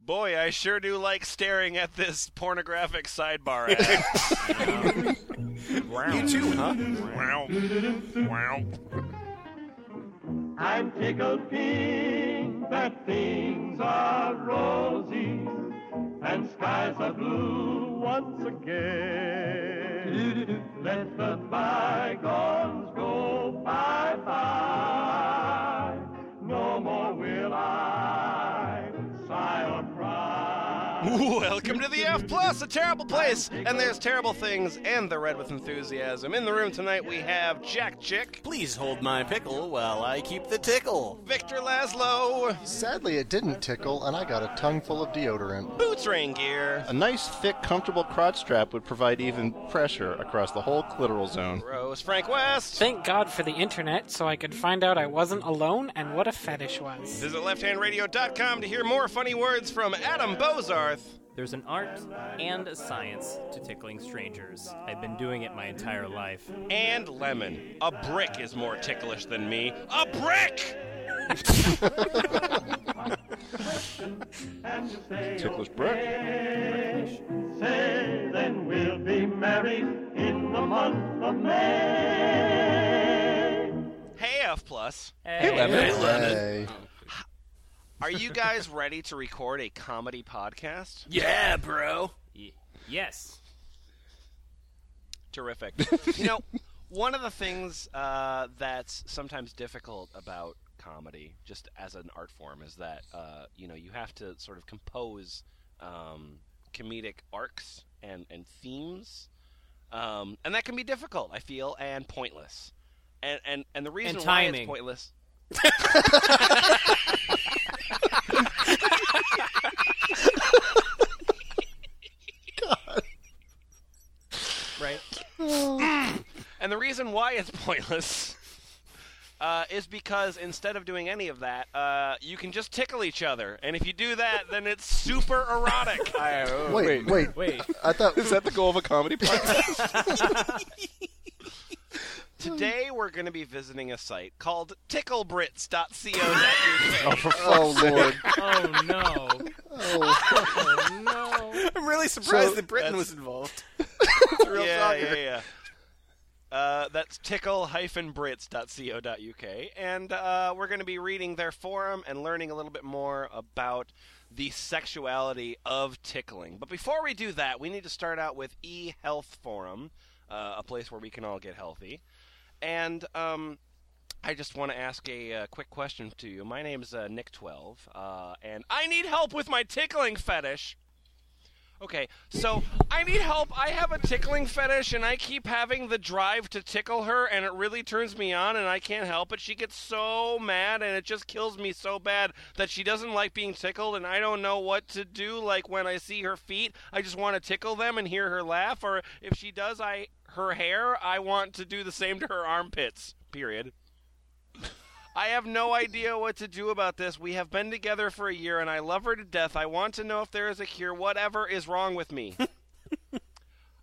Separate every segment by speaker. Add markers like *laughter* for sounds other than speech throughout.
Speaker 1: boy, I sure do like staring at this pornographic sidebar. Ad.
Speaker 2: You too, huh?
Speaker 1: wow. Wow.
Speaker 3: I'm tickled pink that things are rosy and skies are blue once again. Let the bygones go bye bye. No more will I sigh or cry.
Speaker 1: Welcome to the F Plus, a terrible place, and there's terrible things, and the red with enthusiasm. In the room tonight, we have Jack Chick,
Speaker 2: Please hold my pickle while I keep the tickle.
Speaker 1: Victor Laszlo,
Speaker 4: Sadly, it didn't tickle, and I got a tongue full of deodorant.
Speaker 1: Boots Rain Gear,
Speaker 5: A nice, thick, comfortable crotch strap would provide even pressure across the whole clitoral zone.
Speaker 1: Rose Frank West.
Speaker 6: Thank God for the internet so I could find out I wasn't alone and what a fetish was.
Speaker 1: Visit lefthandradio.com to hear more funny words from Adam Bozarth.
Speaker 7: There's an art and a science to tickling strangers. I've been doing it my entire life.
Speaker 1: and lemon. A brick is more ticklish than me. A brick!
Speaker 5: Ticklish Brook.
Speaker 3: Say then we'll be married in the month of May.
Speaker 1: Hey, F plus.
Speaker 7: Hey,
Speaker 4: Hey.
Speaker 1: Are you guys ready to record a comedy podcast?
Speaker 2: Yeah, bro.
Speaker 7: Y- yes.
Speaker 1: Terrific. you know, one of the things uh, that's sometimes difficult about comedy, just as an art form, is that uh, you know you have to sort of compose um, comedic arcs and and themes, um, and that can be difficult. I feel and pointless, and and and the reason why it's
Speaker 7: timing.
Speaker 1: pointless.
Speaker 7: Right.
Speaker 1: *sighs* And the reason why it's *laughs* pointless uh, is because instead of doing any of that, uh, you can just tickle each other. And if you do that, then it's super
Speaker 4: *laughs*
Speaker 1: erotic.
Speaker 4: Wait, oh, wait,
Speaker 7: Wait.
Speaker 4: I thought
Speaker 5: Is that the goal of a *laughs* comedy podcast?
Speaker 1: *laughs* Today, we're going to be visiting a site called ticklebrits.co.uk.
Speaker 4: Oh Lord!
Speaker 7: Oh no.
Speaker 4: *laughs* Oh,
Speaker 7: Oh no.
Speaker 2: *laughs* I'm really surprised
Speaker 5: So,
Speaker 2: that Britain was
Speaker 1: *laughs*
Speaker 2: involved.
Speaker 1: yeah, yeah, yeah. Uh, that's tickle-brits.co.uk, and uh, we're going to be reading their forum and learning a little bit more about the sexuality of tickling. But before we do that, we need to start out with eHealth Forum, uh, a place where we can all get healthy. And um, I just want to ask a uh, quick question to you. My name's uh, Nick Twelve, uh, and I need help with my tickling fetish. Okay, so I need help. I have a tickling fetish, and I keep having the drive to tickle her, and it really turns me on, and I can't help it. She gets so mad, and it just kills me so bad that she doesn't like being tickled, and I don't know what to do. Like when I see her feet, I just want to tickle them and hear her laugh, or if she does, I her hair, I want to do the same to her armpits. Period. I have no idea what to do about this. We have been together for a year and I love her to death. I want to know if there is a cure. Whatever is wrong with me.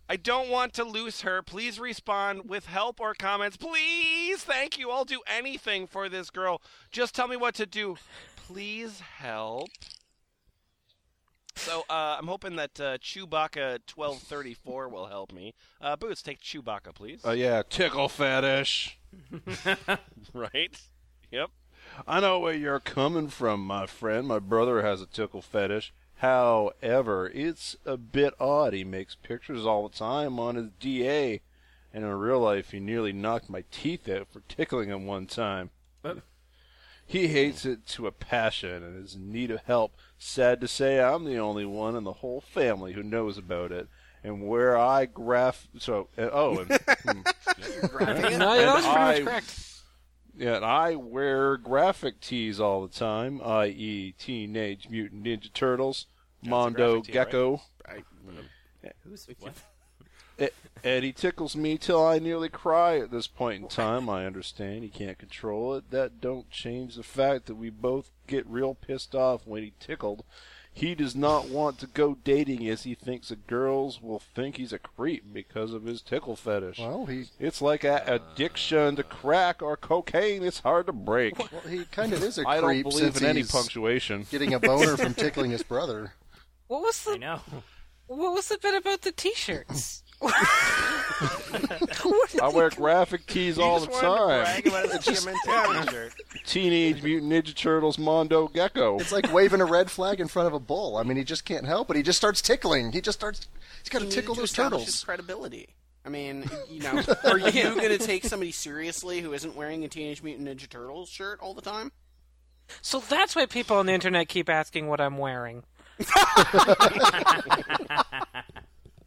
Speaker 1: I don't want to lose her. Please respond with help or comments. Please. Thank you. I'll do anything for this girl. Just tell me what to do. Please help. So uh, I'm hoping that uh, Chewbacca 1234 will help me. Uh, Boots, take Chewbacca, please.
Speaker 8: Uh,
Speaker 5: Oh, yeah.
Speaker 6: *laughs*
Speaker 5: Tickle fetish.
Speaker 1: *laughs* right? Yep.
Speaker 5: I know where you're coming from, my friend. My brother has a tickle fetish. However, it's a bit odd. He makes pictures all the time on his DA, and in real life, he nearly knocked my teeth out for tickling him one time.
Speaker 7: What?
Speaker 5: He hates it to a passion and is in need of help. Sad to say, I'm the only one in the whole family who knows about it. And where I graph, so uh,
Speaker 6: *laughs*
Speaker 2: *laughs*
Speaker 5: oh, and, hmm.
Speaker 6: No, yeah, that was pretty much
Speaker 5: I-
Speaker 6: correct.
Speaker 5: Yeah, and I wear graphic tees all the time, i.e., Teenage Mutant Ninja Turtles, Mondo
Speaker 1: graphic tee, right?
Speaker 5: Gecko.
Speaker 7: Who's what?
Speaker 5: E- Eddie tickles me till I nearly cry at this point in time. I understand he can't control it. That don't change the fact that we both get real pissed off when he tickled. He does not want to go dating as he thinks that girls will think he's a creep because of his tickle fetish.
Speaker 4: Well, he
Speaker 5: It's like an addiction to crack or cocaine. It's hard to break.
Speaker 4: well, he kind of is a
Speaker 5: I don't
Speaker 4: creep
Speaker 5: believe
Speaker 4: since
Speaker 5: in any
Speaker 4: he's
Speaker 5: punctuation.
Speaker 4: getting a boner
Speaker 5: *laughs*
Speaker 4: from tickling his brother.
Speaker 6: What was
Speaker 9: I
Speaker 6: the
Speaker 9: know.
Speaker 6: What was the bit about the T-shirts?
Speaker 5: I wear graphic tees all
Speaker 1: he
Speaker 5: the
Speaker 1: just wanted To
Speaker 5: time.
Speaker 1: brag about his Jim and Terry shirt.
Speaker 5: Teenage Mutant Ninja Turtles Mondo Gecko.
Speaker 4: It's like waving a red flag in front of a bull. I mean, he just can't help it. He just starts tickling. He just starts. He's got to
Speaker 2: You
Speaker 4: tickle
Speaker 2: need to
Speaker 4: those
Speaker 2: establish
Speaker 4: turtles.
Speaker 2: his credibility. I mean, you
Speaker 4: *laughs*
Speaker 2: know, are you going to take somebody seriously who isn't wearing a Teenage Mutant Ninja Turtles shirt all the *laughs* time?
Speaker 6: *laughs* So that's why people on the internet keep asking what I'm wearing.
Speaker 2: Oh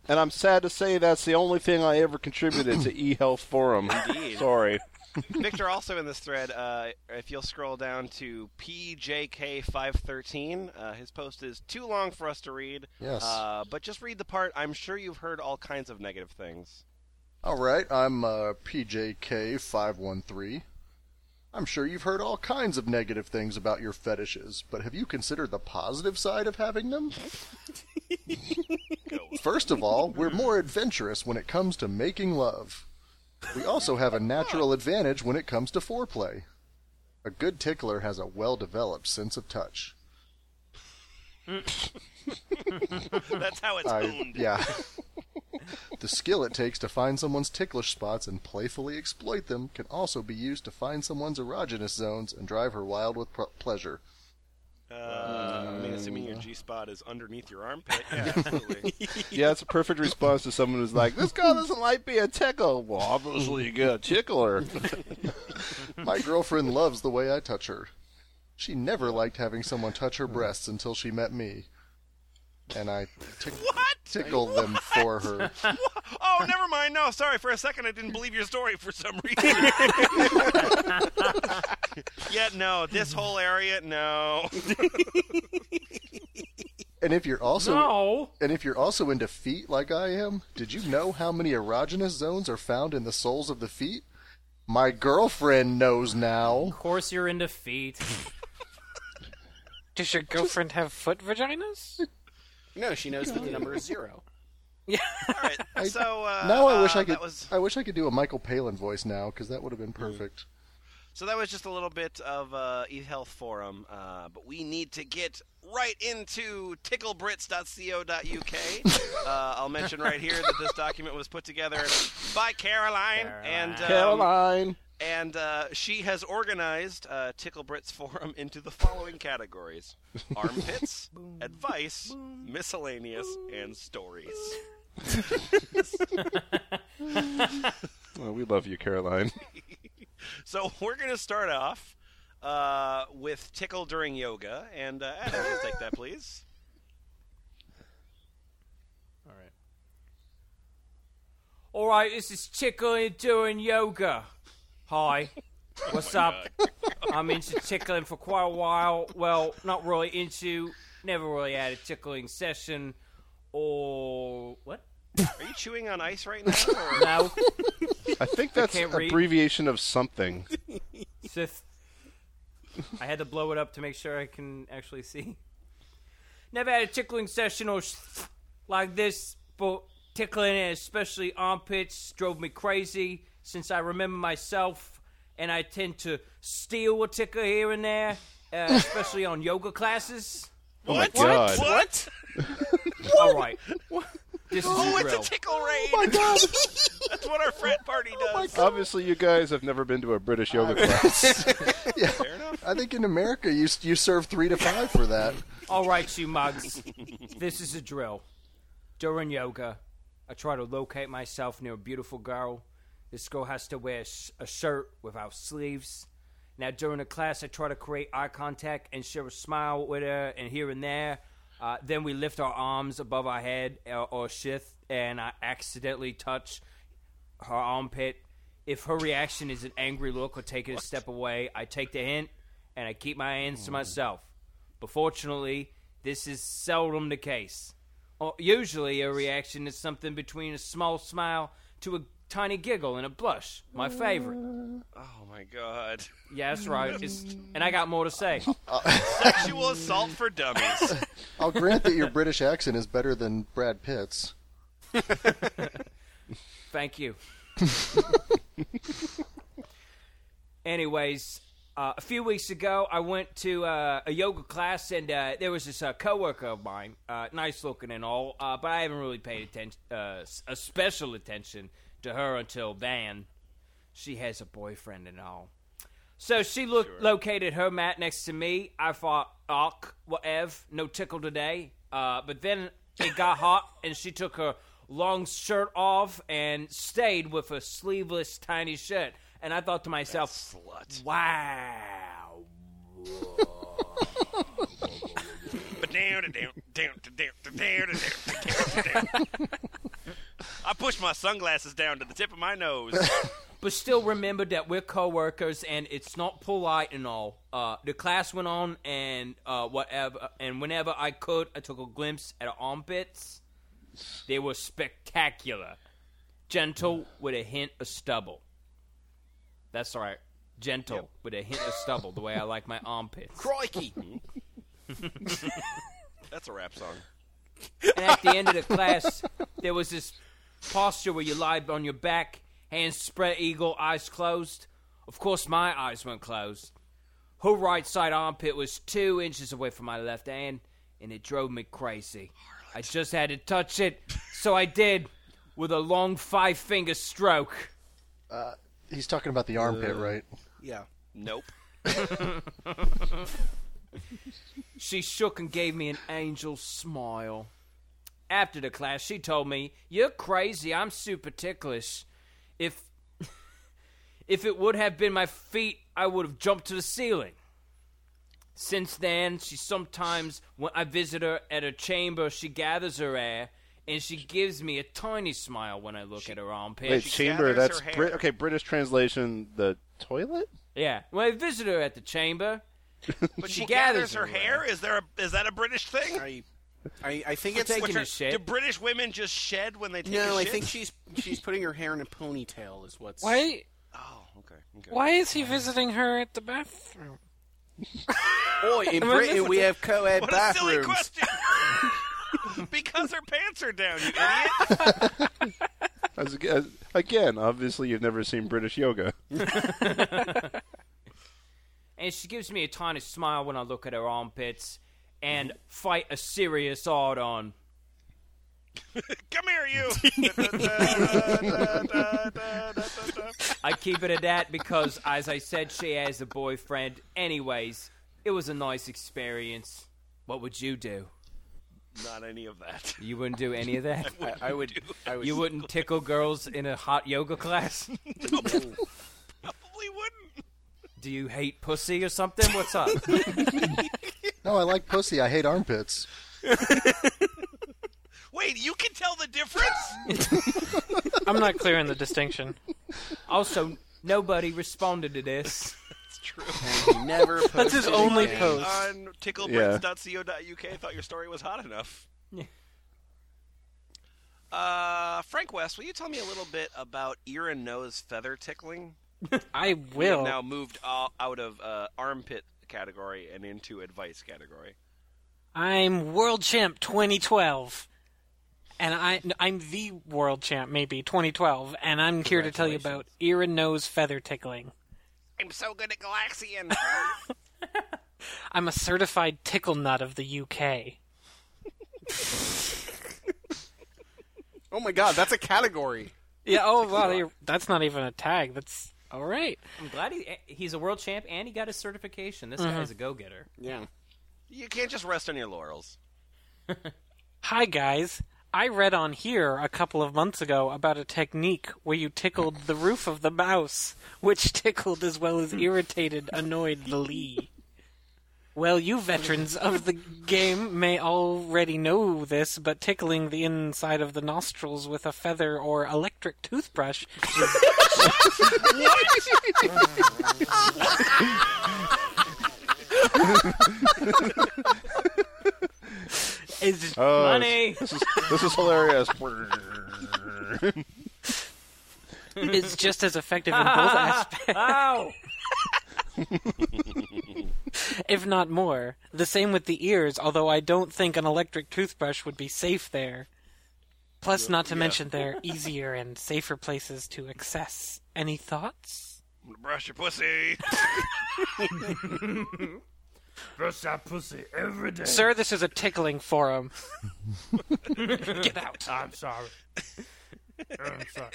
Speaker 5: And I'm sad to say that's the only thing I ever contributed to eHealth Forum. Sorry.
Speaker 1: Victor also in this thread, uh, if you'll scroll down to PJK513, uh, his post is too long for us to read.
Speaker 4: Yes.
Speaker 1: Uh, but just read the part. I'm sure you've heard all kinds of negative things.
Speaker 4: All right, I'm uh, PJK513. I'm sure you've heard all kinds of negative things about your fetishes, but have you considered the positive side of having them? First of all, we're more adventurous when it comes to making love. We also have a natural advantage when it comes to foreplay. A good tickler has a well developed sense of touch.
Speaker 1: That's how it's
Speaker 4: I,
Speaker 1: owned. *laughs*
Speaker 4: yeah. the skill it takes to find someone's ticklish spots and playfully exploit them can also be used to find someone's erogenous zones and drive her wild with pr- pleasure.
Speaker 1: Uh, I mean, assuming your G spot is underneath your armpit. Yeah,
Speaker 4: *laughs*
Speaker 1: absolutely.
Speaker 5: Yeah, that's a perfect response to someone who's like, this guy doesn't like being tickled. Well, obviously you got a tickler.
Speaker 4: My girlfriend loves the way I touch her. She never liked having someone touch her breasts until she met me. And I tick- tickled them for her.
Speaker 5: *laughs*
Speaker 1: oh, never mind. No, sorry. For a second, I didn't believe your story for some
Speaker 4: *laughs*
Speaker 1: reason. *laughs* yeah, no. This whole area,
Speaker 4: *laughs*
Speaker 1: no.
Speaker 4: And if you're also
Speaker 9: No.
Speaker 4: and if you're also into feet like I am, did you know how many erogenous zones are found in the soles of the feet? My girlfriend knows now.
Speaker 9: Of course, you're into feet.
Speaker 6: Does your girlfriend have foot vaginas?
Speaker 2: No, she knows that the number is zero. *laughs*
Speaker 1: All right. so uh,
Speaker 4: Now I wish
Speaker 1: uh,
Speaker 4: I could.
Speaker 1: That was, Hmm.
Speaker 4: I wish I could do a Michael Palin voice now because that would have been perfect.
Speaker 1: so that was just a little bit of uh, eHealth forum, uh, but we need to get right into ticklebrits.co.uk. uh, I'll mention right here that this document was put together by Caroline, and um,
Speaker 5: Caroline.
Speaker 1: and uh, she has organized uh, Tickle Brits Forum into the following categories armpits, advice, miscellaneous, and stories.
Speaker 5: Oh, we love you, Caroline.
Speaker 1: So *laughs* we're going to start off uh, with tickle during yoga. And uh, Adam, you take that, please.
Speaker 9: All right. All right, this is tickling doing yoga.
Speaker 1: *laughs*
Speaker 9: Hi,
Speaker 1: Oh
Speaker 9: what's up? *laughs* I'm into tickling for quite a while. Well, not really into. Never really had a tickling session. Or what?
Speaker 1: Are you chewing on ice right now? Or...
Speaker 9: *laughs* No.
Speaker 5: I think that's
Speaker 9: can't read.
Speaker 5: abbreviation of something.
Speaker 9: Sith. I had to blow it up to make sure I can actually see. Never had a tickling session or sh- like this, but tickling and especially armpits drove me crazy since I remember myself, and I tend to steal a tickle here and there, uh, especially on yoga classes.
Speaker 5: What? Oh my god.
Speaker 1: What?
Speaker 9: All right, this is
Speaker 1: Oh,
Speaker 9: the
Speaker 1: it's a
Speaker 9: drill.
Speaker 1: tickle raid!
Speaker 5: God.
Speaker 1: *laughs* That's what our frat party does.
Speaker 5: Obviously, you guys have never been to a
Speaker 4: *laughs*
Speaker 5: British yoga class.
Speaker 1: Fair enough.
Speaker 4: I think in America you you serve three to five for that.
Speaker 9: All right, you mugs. this is a drill. During yoga, I try to locate myself near a beautiful girl. This girl has to wear a s- a shirt without sleeves. Now, during the class, I try to create eye contact and share a smile with her, and here and there. Uh, then we lift our arms above our head uh, or shith, and I accidentally touch her armpit. If her reaction is an angry look or taking a step away, I take the hint and I keep my hands
Speaker 1: Hmm.
Speaker 9: to myself. But fortunately, this is seldom the case. Or usually, a reaction is something between a small smile to a tiny giggle and a blush. My favorite.
Speaker 1: Oh my god.
Speaker 9: Yeah, that's right. It's, and I got more to say.
Speaker 1: *laughs* Sexual assault for dummies.
Speaker 4: *laughs* I'll grant that your British accent is better than Brad Pitt's.
Speaker 9: Thank you. Anyways, uh, a few weeks ago, I went to uh, a yoga class, and uh, there was this uh, coworker of mine, uh, nice looking and all, uh, but I haven't really paid attention, uh, s- a special attention to her until then. She has a boyfriend and all. So she look, located her mat next to me. I thought, "Ach, whatever, no tickle today." Uh, but then it got hot, and she took her long shirt off and stayed with her sleeveless tiny shirt. And I thought to myself,
Speaker 1: Slut.
Speaker 9: "Wow,
Speaker 1: *laughs* I push my sunglasses down to the tip of my nose.
Speaker 9: but still remember that we're coworkers and it's not polite and all. Uh, the class went on and uh, whatever, and whenever I could, I took a glimpse at her armpits. They were spectacular, gentle with a hint of stubble. That's all right, gentle with a hint of stubble. The way I like my armpits.
Speaker 2: Crikey!
Speaker 9: *laughs*
Speaker 1: That's a rap song.
Speaker 9: And at the end of the class, there was this posture where you lied on your back, hands spread eagle, eyes closed. Of course, my eyes weren't closed. Her right side armpit was two inches away from my left hand, and it drove me crazy. I just had to touch it, so I did with a long five finger stroke.
Speaker 4: He's talking about the
Speaker 1: Uh.
Speaker 4: armpit, right?
Speaker 2: Yeah.
Speaker 1: Nope.
Speaker 9: *laughs* She shook and gave me an angel smile. After the class, she told me, "You're crazy. I'm super ticklish. If *laughs* if it would have been my feet, I would have jumped to the ceiling." Since then, she sometimes when I visit her at her chamber, she gathers her hair and she gives me a tiny smile when I look at her armpit.
Speaker 5: Wait,
Speaker 1: she
Speaker 5: chamber.
Speaker 1: gathers
Speaker 5: That's
Speaker 1: her
Speaker 5: Brit-
Speaker 1: hair.
Speaker 5: okay. British translation: the toilet.
Speaker 9: yeah, when I visit her at the chamber,
Speaker 1: *laughs* But she, gathers,
Speaker 9: gathers
Speaker 1: her
Speaker 9: her
Speaker 1: hair. Is there a is that a British thing?
Speaker 2: I, I, I think it's.
Speaker 9: taking
Speaker 2: Which
Speaker 9: a
Speaker 2: are-
Speaker 9: shit.
Speaker 1: Do British women just shed when they take
Speaker 2: no,
Speaker 1: a
Speaker 2: I
Speaker 1: shit?
Speaker 2: think she's she's putting her hair in a ponytail. Is what's
Speaker 6: Why?
Speaker 1: Oh, okay. okay.
Speaker 6: Why is he visiting her at the bathroom?
Speaker 2: *laughs*
Speaker 6: *laughs*
Speaker 2: Boy, in
Speaker 6: Am I
Speaker 2: Britain
Speaker 6: missing
Speaker 2: we
Speaker 6: it?
Speaker 2: have co-ed
Speaker 1: What a silly
Speaker 2: bathrooms.
Speaker 1: question! *laughs* because her pants are down, you idiot.
Speaker 5: As, as, again, obviously, you've never seen British yoga. *laughs*
Speaker 9: and she gives me a tiny smile when I look at her armpits and fight a serious odd on.
Speaker 1: *laughs* Come here, you.
Speaker 9: *laughs* I keep it at that because, as I said, she has a boyfriend. Anyways, it was a nice experience. What would you do?
Speaker 1: Not any of that.
Speaker 9: You wouldn't do any
Speaker 1: *laughs*
Speaker 9: of that.
Speaker 2: I, I would. I would.
Speaker 9: You wouldn't tickle girls in a hot yoga class.
Speaker 1: Probably wouldn't.
Speaker 9: Do you hate pussy or something? What's up?
Speaker 4: No, I like pussy. I hate armpits.
Speaker 1: *laughs* Wait, you can tell the difference.
Speaker 6: *laughs*
Speaker 1: *laughs*
Speaker 6: I'm not clear on the distinction.
Speaker 9: Also, nobody responded to this.
Speaker 1: It's true.
Speaker 2: and never.
Speaker 6: That's his
Speaker 2: posted
Speaker 6: only
Speaker 2: again.
Speaker 6: post.
Speaker 1: On ticklebrits.co.uk, thought your story was hot enough.
Speaker 9: Yeah.
Speaker 1: Uh, Frank West, will you tell me a little bit about ear and nose feather tickling?
Speaker 6: *laughs* I
Speaker 1: We have
Speaker 6: will.
Speaker 1: now moved all out of uh, armpit category and into advice category.
Speaker 6: I'm world champ 2012. And I, I'm the world champ, maybe 2012, and I'm here to tell you about ear and nose feather tickling.
Speaker 1: I'm so good at Galaxian. *laughs*
Speaker 6: I'm a certified tickle nut of the
Speaker 2: *laughs*
Speaker 6: UK.
Speaker 2: Oh my god, that's a category.
Speaker 6: Yeah. Oh, wow. you're- That's not even a tag. That's all right.
Speaker 9: I'm glad he, eh, he's a world champ and he got his certification. This
Speaker 6: Mm-hmm.
Speaker 9: guy's a go getter.
Speaker 2: Yeah.
Speaker 1: you can't just rest on your
Speaker 9: *laughs*
Speaker 1: laurels.
Speaker 6: Hi guys. I read on here a couple of months ago about a technique where you tickled the roof of the mouse, which *laughs* tickled as well as irritated, annoyed the Lee. Well, you veterans of the game may already know this, but tickling the inside of the nostrils with a feather or electric toothbrush is *laughs*
Speaker 1: *laughs*
Speaker 6: is
Speaker 5: Oh,
Speaker 8: *laughs*
Speaker 9: Money!
Speaker 5: This is, this is hilarious.
Speaker 6: *laughs* is just as effective in both aspects,
Speaker 10: Ow!
Speaker 6: *laughs* if not more. The same with the ears, although I don't think an electric toothbrush would be safe there. Plus, not to mention they're easier and safer places to access. Any thoughts?
Speaker 1: Brush your pussy.
Speaker 7: *laughs* Brush that pussy every day.
Speaker 6: Sir, this is a tickling forum. *laughs* Get out.
Speaker 7: I'm sorry. I'm sorry.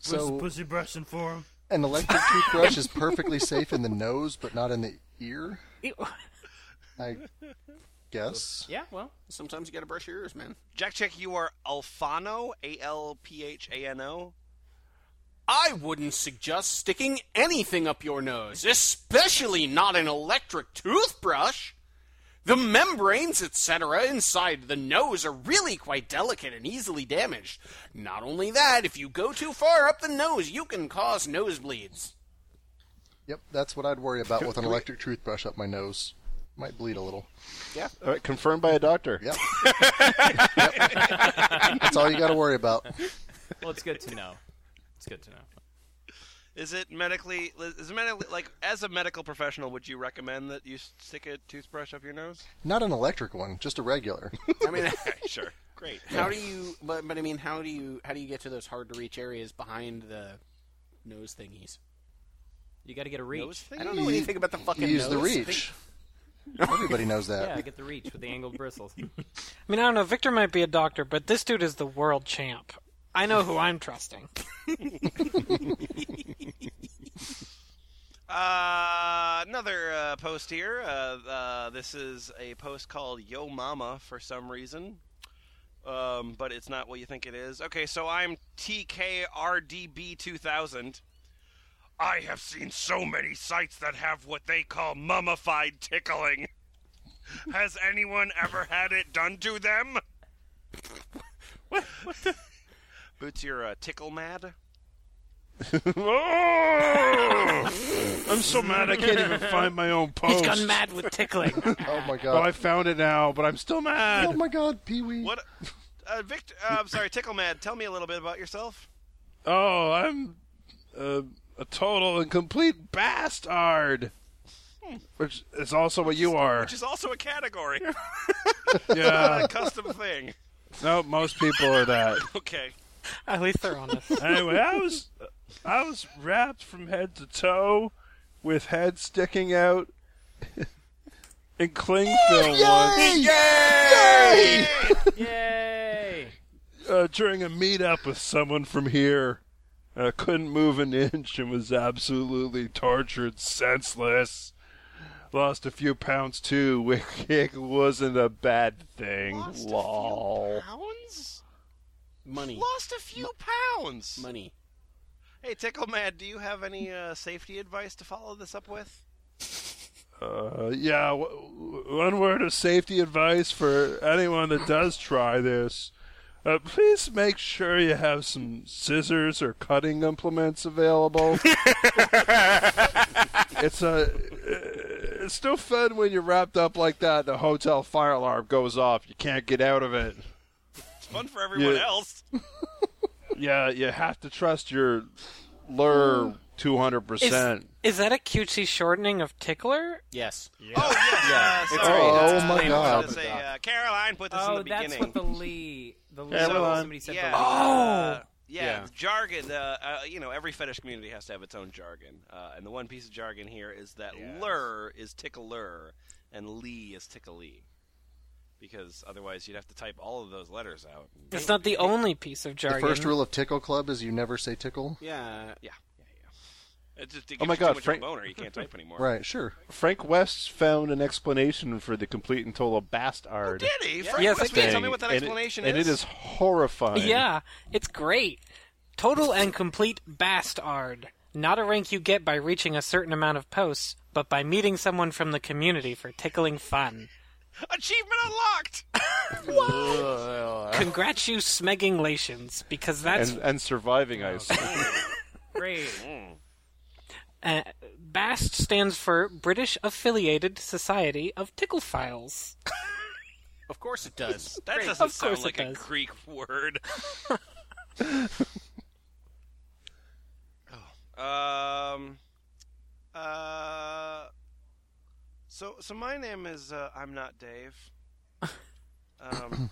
Speaker 4: So
Speaker 7: pussy brushing for him?
Speaker 4: an electric toothbrush is perfectly safe in the nose, but not in the ear.
Speaker 2: *laughs*
Speaker 4: I guess.
Speaker 10: Yeah, well,
Speaker 2: Sometimes you gotta brush your ears, man.
Speaker 1: Jack, check. You are Alfano, A L P H A N O.
Speaker 2: I wouldn't suggest sticking anything up your nose, especially not an electric toothbrush. The membranes, etc., inside the nose are really quite delicate and easily damaged. Not only that, if you go too far up the nose, you can cause nosebleeds.
Speaker 4: Yep, that's what I'd worry about with an electric toothbrush up *laughs* my nose. Might bleed a little.
Speaker 8: All right, confirmed by a doctor.
Speaker 4: Yep. *laughs* Yep. That's all you got to worry
Speaker 1: *laughs*
Speaker 4: about.
Speaker 9: Well, it's good to know. It's good to know.
Speaker 1: Is it medically? Is it medically like as a medical professional? Would you recommend that you stick a toothbrush up your nose?
Speaker 4: Not an electric one, just a regular.
Speaker 2: I mean,
Speaker 1: *laughs* Sure. Great.
Speaker 2: how do you? But, but I mean, how do you? How do you get to those hard-to-reach areas behind the nose thingies?
Speaker 9: You got to get a reach.
Speaker 2: I don't know anything about the fucking
Speaker 4: You use the
Speaker 2: nose.
Speaker 4: reach. Everybody knows that.
Speaker 9: Yeah, get the reach with the
Speaker 1: *laughs*
Speaker 9: angled bristles.
Speaker 6: I mean, I don't know. Victor might be a doctor, but this dude is the world champ. I know who I'm trusting.
Speaker 1: Uh, another uh, post here. Uh, uh, this is a post called Yo Mama for some reason. Um, but it's not what you think it is. Okay, so I'm TKRDB2000. I have seen so many sites that have what they call mummified tickling. Has anyone ever had it done to them? what, Boots, you're uh, tickle mad?
Speaker 8: Oh! I'm so mad I
Speaker 7: *laughs*
Speaker 8: can't even find my own post.
Speaker 6: He's gone mad with tickling.
Speaker 4: Oh my
Speaker 8: Oh,
Speaker 4: god.
Speaker 8: I found it now, but I'm still mad.
Speaker 4: Oh my god, Pee Wee.
Speaker 1: What? Uh, Victor, uh, I'm sorry, Tickle Mad, tell me a little bit about yourself.
Speaker 8: Oh, I'm a, a total and complete bastard. Which is also what you are.
Speaker 1: Hmm. Which is also a category,
Speaker 8: *laughs* Yeah.
Speaker 1: a custom thing.
Speaker 8: no, most people are that.
Speaker 1: Okay.
Speaker 6: *laughs* At least they're
Speaker 8: *laughs*
Speaker 6: honest.
Speaker 8: Anyway, I was I was wrapped from head to toe with head sticking out *laughs* and cling film once
Speaker 10: yay!
Speaker 8: uh, during a meetup with someone from here. Uh, couldn't move an inch and was absolutely tortured, senseless. Lost a few pounds too, *laughs* which it wasn't a bad thing. Lol.
Speaker 1: Pounds?
Speaker 2: Money,
Speaker 1: Lost a few pounds.
Speaker 2: money.
Speaker 1: Hey, Tickle Mad, do you have any uh, safety advice to follow this up with?
Speaker 8: Uh, yeah, w- w- one word of safety advice for anyone that does try this. Uh, please make sure you have some scissors or cutting implements available. it's a, uh, it's still fun when you're wrapped up like that. The hotel fire alarm goes off. You can't
Speaker 2: *laughs*
Speaker 8: get out of it.
Speaker 1: It's fun for everyone
Speaker 8: Yeah.
Speaker 1: else.
Speaker 8: Yeah, you have to trust your lure two hundred percent.
Speaker 6: Is that a cutesy shortening of tickler?
Speaker 2: Yes.
Speaker 1: Oh, yes. Uh, sorry.
Speaker 4: oh my
Speaker 1: uh, I wanted to
Speaker 4: God.
Speaker 1: say, uh, Caroline put this in
Speaker 10: Oh,
Speaker 1: the
Speaker 10: that's
Speaker 1: beginning.
Speaker 10: what the Lee. The Lee.
Speaker 8: Everyone.
Speaker 10: Somebody said
Speaker 1: yeah.
Speaker 10: the Lee.
Speaker 6: Oh.
Speaker 1: uh, yeah,
Speaker 8: Yeah.
Speaker 1: the jargon. Uh, uh, you know, every fetish community has to have its own jargon, uh, and the one piece of jargon here is that lure is tickle lure, and lee is tickle lee, because otherwise you'd have to type all of those letters out.
Speaker 6: It's not the only piece of
Speaker 4: The
Speaker 6: jargon.
Speaker 4: first rule of Tickle Club is you never say tickle.
Speaker 2: Yeah.
Speaker 1: Yeah, yeah, yeah. It's just, it
Speaker 8: Oh
Speaker 1: gives
Speaker 8: my
Speaker 1: you
Speaker 8: God,
Speaker 1: too much
Speaker 8: Frank-
Speaker 1: of a boner. You can't type anymore.
Speaker 4: Right, sure.
Speaker 8: Frank West found an explanation for the complete and total bastard.
Speaker 1: Oh, Did he? Frank
Speaker 6: Yes,
Speaker 1: Westman,
Speaker 6: I did.
Speaker 1: tell me what that
Speaker 8: And it-
Speaker 1: explanation
Speaker 8: and
Speaker 1: is.
Speaker 8: it is horrifying.
Speaker 6: Oh, Yeah, it's great. Total and complete bastard. Not a rank you get by reaching a certain amount of posts, but by meeting someone from the community for tickling fun.
Speaker 1: achievement unlocked.
Speaker 6: Congrats you smegginglations, because that's
Speaker 8: And, and surviving, I assume.
Speaker 10: *laughs* Great.
Speaker 6: *laughs*
Speaker 1: Mm.
Speaker 6: uh, BAST stands for British Affiliated Society of Tickle
Speaker 1: *laughs*
Speaker 6: Files.
Speaker 2: Of course it does.
Speaker 1: That
Speaker 6: Great.
Speaker 1: doesn't
Speaker 2: *laughs*
Speaker 1: *laughs*
Speaker 6: Of course
Speaker 1: sound
Speaker 6: it
Speaker 1: like a
Speaker 6: does.
Speaker 1: Greek word. Um. Uh. So so my name is uh, I'm not Dave. Um.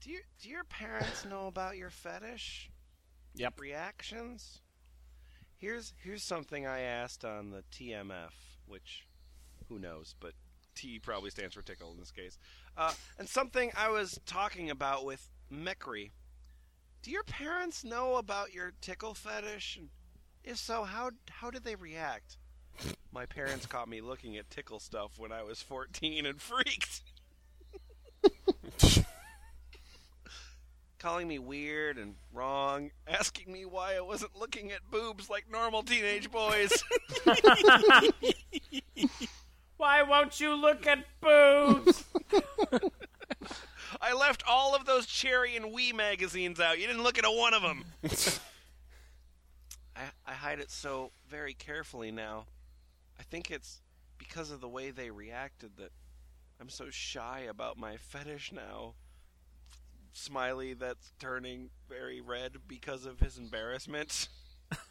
Speaker 1: do your do your parents know about your fetish?
Speaker 2: Yep.
Speaker 1: Reactions. Here's here's something I asked on the TMF, which who knows, but T probably stands for tickle in this case. Uh, and something I was talking about with Mekri. Do your parents know about your tickle fetish? And if so, how how did they react? My parents caught me looking at tickle stuff when I was 14 and freaked. Calling me weird and wrong, asking me why I wasn't looking at boobs like normal teenage boys.
Speaker 9: Why won't you look at boobs?
Speaker 1: I left all of those Cherry and Wee magazines out. You didn't look at a one of them. I, I hide it so very carefully now. I think it's because of the way they reacted that I'm so shy about my *laughs* fetish now. Smiley that's turning very red because of his embarrassment.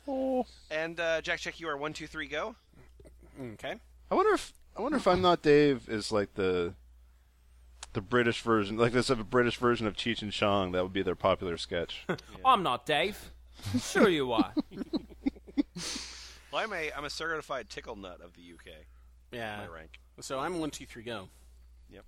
Speaker 2: Oh
Speaker 1: And uh, Jack, check you are one, two, three, go.
Speaker 2: Okay.
Speaker 5: I wonder if I wonder if I'm not Dave is like the the British version, like this a British version of Cheech and Chong. That would be their
Speaker 1: *laughs*
Speaker 5: popular sketch.
Speaker 7: I'm not Dave. Sure you are.
Speaker 1: Well, I'm a I'm a certified tickle nut of the UK.
Speaker 2: Yeah.
Speaker 1: My rank.
Speaker 2: So I'm one, two, three, go.
Speaker 1: Yep.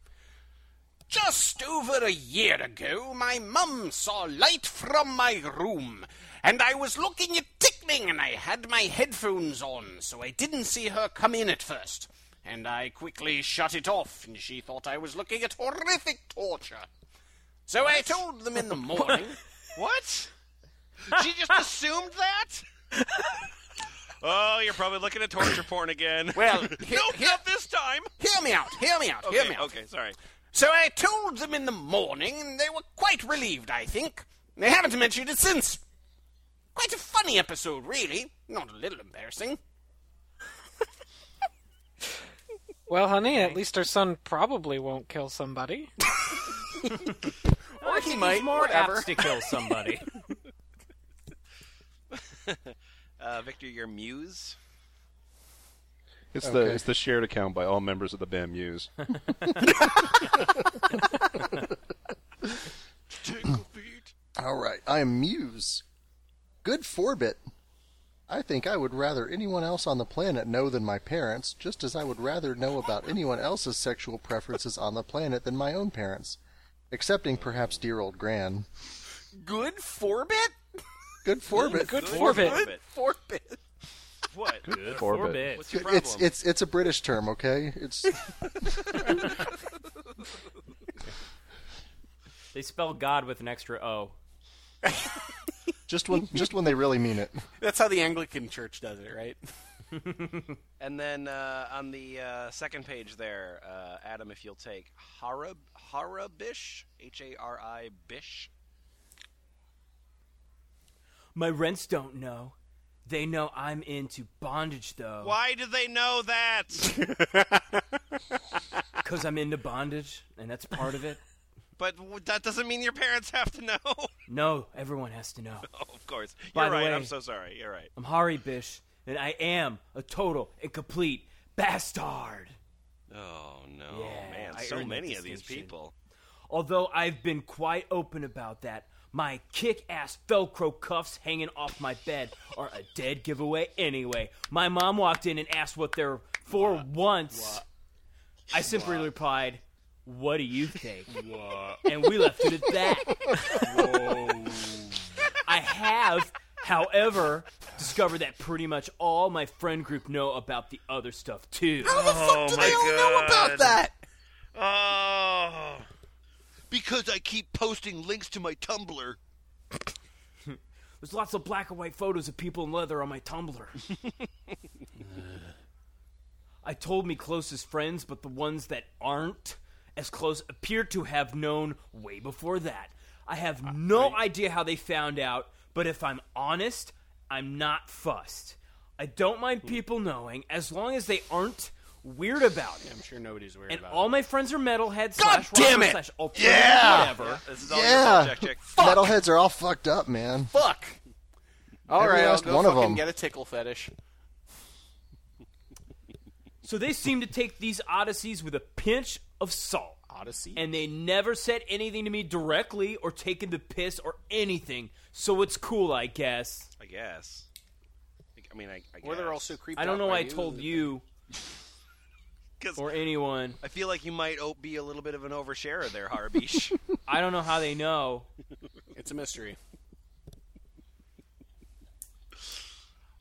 Speaker 2: Just over a year ago, my mum saw light from my room, and I was looking at tickling, and I had my headphones on, so I didn't see her come in at first. And I quickly shut it off, and she thought I was looking at horrific torture. So I told them in the
Speaker 1: *laughs*
Speaker 2: morning.
Speaker 1: What? she just assumed that? *laughs* oh, you're probably looking at torture porn again.
Speaker 2: Well,
Speaker 1: *laughs* nope,
Speaker 2: he- he-
Speaker 1: not this time.
Speaker 2: hear me out, hear me out, hear
Speaker 1: Okay,
Speaker 2: me out.
Speaker 1: okay, sorry.
Speaker 2: So I told them in the morning, and they were quite relieved, I think. They haven't mentioned it since. Quite a funny episode, really. Not a little embarrassing.
Speaker 6: Well, honey, at least our son probably won't kill somebody.
Speaker 2: Or he might,
Speaker 1: *laughs*
Speaker 7: More
Speaker 2: whatever.
Speaker 7: apt to kill somebody.
Speaker 1: Uh, Victor, your muse.
Speaker 5: It's the
Speaker 4: Okay.
Speaker 5: it's the shared account by all members of the Bam
Speaker 1: *laughs*
Speaker 5: Muse.
Speaker 1: Tickle feet.
Speaker 4: *laughs* All right, I am Muse. Good for bit. I think I would rather anyone else on the planet know than my parents, just as I would rather know about anyone else's sexual preferences on the planet than my own parents, excepting perhaps dear old Gran.
Speaker 2: Good Forbit?
Speaker 4: Good for bit.
Speaker 6: Good Forbit.
Speaker 1: Forbit.
Speaker 2: Forbit.
Speaker 1: What?
Speaker 5: Orbit.
Speaker 7: Forbid.
Speaker 1: What's your problem?
Speaker 4: It's it's it's a British term, okay?
Speaker 1: *laughs*
Speaker 4: It's *laughs*
Speaker 7: They spell God with an extra O.
Speaker 4: just when just when they really mean it.
Speaker 2: That's how the Anglican Church does it, right?
Speaker 1: and then uh, on the uh, second page there, uh, Adam, if you'll take Harab Harabish, H A R I Bish.
Speaker 9: My rents don't know. They know I'm into bondage though.
Speaker 1: Why do they know that?
Speaker 9: Because I'm into bondage, and that's part of it.
Speaker 1: but w- that doesn't mean your parents have to know. *laughs* oh,
Speaker 9: No, everyone has to know.
Speaker 1: of course. You're
Speaker 9: By the
Speaker 1: right.
Speaker 9: way-
Speaker 1: I'm so sorry. You're right.
Speaker 9: I'm Hari Bish, and I am a total and complete bastard.
Speaker 1: Oh no,
Speaker 9: Yeah,
Speaker 1: man!
Speaker 9: I
Speaker 1: so
Speaker 9: earned that
Speaker 1: many of these
Speaker 9: distinction.
Speaker 1: people.
Speaker 9: Although I've been quite open about that, my kick ass Velcro cuffs hanging off my bed are a dead giveaway anyway. My mom walked in and asked what they're for once. I simply replied, What do you think? And we left it at that. I have, however, discovered that pretty much all my friend group know about the other stuff too.
Speaker 2: How the fuck do they all know about that?
Speaker 1: Oh, because I keep posting links to my Tumblr.
Speaker 9: There's lots of black and white photos of people in leather on my Tumblr. *laughs* I told me closest friends, but the ones that aren't as close appear to have known way before that. I have no idea how they found out, but if I'm honest, I'm not fussed. I don't
Speaker 2: Hmm.
Speaker 9: mind people knowing as long as they aren't weird about it.
Speaker 2: I'm sure nobody's worried
Speaker 9: And
Speaker 2: about
Speaker 9: all my friends are metalhead
Speaker 2: God
Speaker 9: slash
Speaker 2: damn
Speaker 9: rocker
Speaker 2: it!
Speaker 9: slash alternative
Speaker 4: Yeah!
Speaker 9: whatever.
Speaker 1: This is all
Speaker 4: Yeah.
Speaker 1: your fault, Jack Chick.
Speaker 4: Metalheads are all fucked up, man.
Speaker 2: it. Fuck. *laughs* All
Speaker 4: Every
Speaker 2: right,
Speaker 4: last
Speaker 2: I'll go
Speaker 4: one of
Speaker 2: fucking
Speaker 4: them.
Speaker 2: get a tickle fetish.
Speaker 9: So they seem to take these odysseys with a pinch of salt.
Speaker 2: Odyssey.
Speaker 9: And they never said anything to me directly or taken the piss or anything. So it's cool, I guess.
Speaker 1: I guess. I mean, I, I guess.
Speaker 2: Or they're also creeped
Speaker 9: I don't
Speaker 2: out
Speaker 9: know
Speaker 2: by
Speaker 9: why I told you
Speaker 2: *laughs*
Speaker 1: 'Cause
Speaker 9: or anyone.
Speaker 1: I feel like you might o- be a little bit of an oversharer there, *laughs* Harbish.
Speaker 9: I don't know how they know.
Speaker 2: It's a mystery.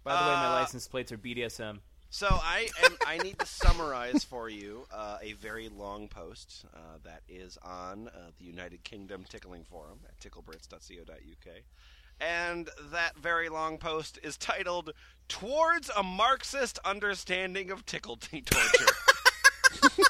Speaker 9: By the way,
Speaker 2: Uh,
Speaker 9: my license plates are BDSM.
Speaker 1: so I am, I need to summarize for you uh, a very long post uh, that is on uh, the United Kingdom Tickling Forum at ticklebrits.co.uk. And that very long post is titled Towards a Marxist Understanding of Tickle T- Torture.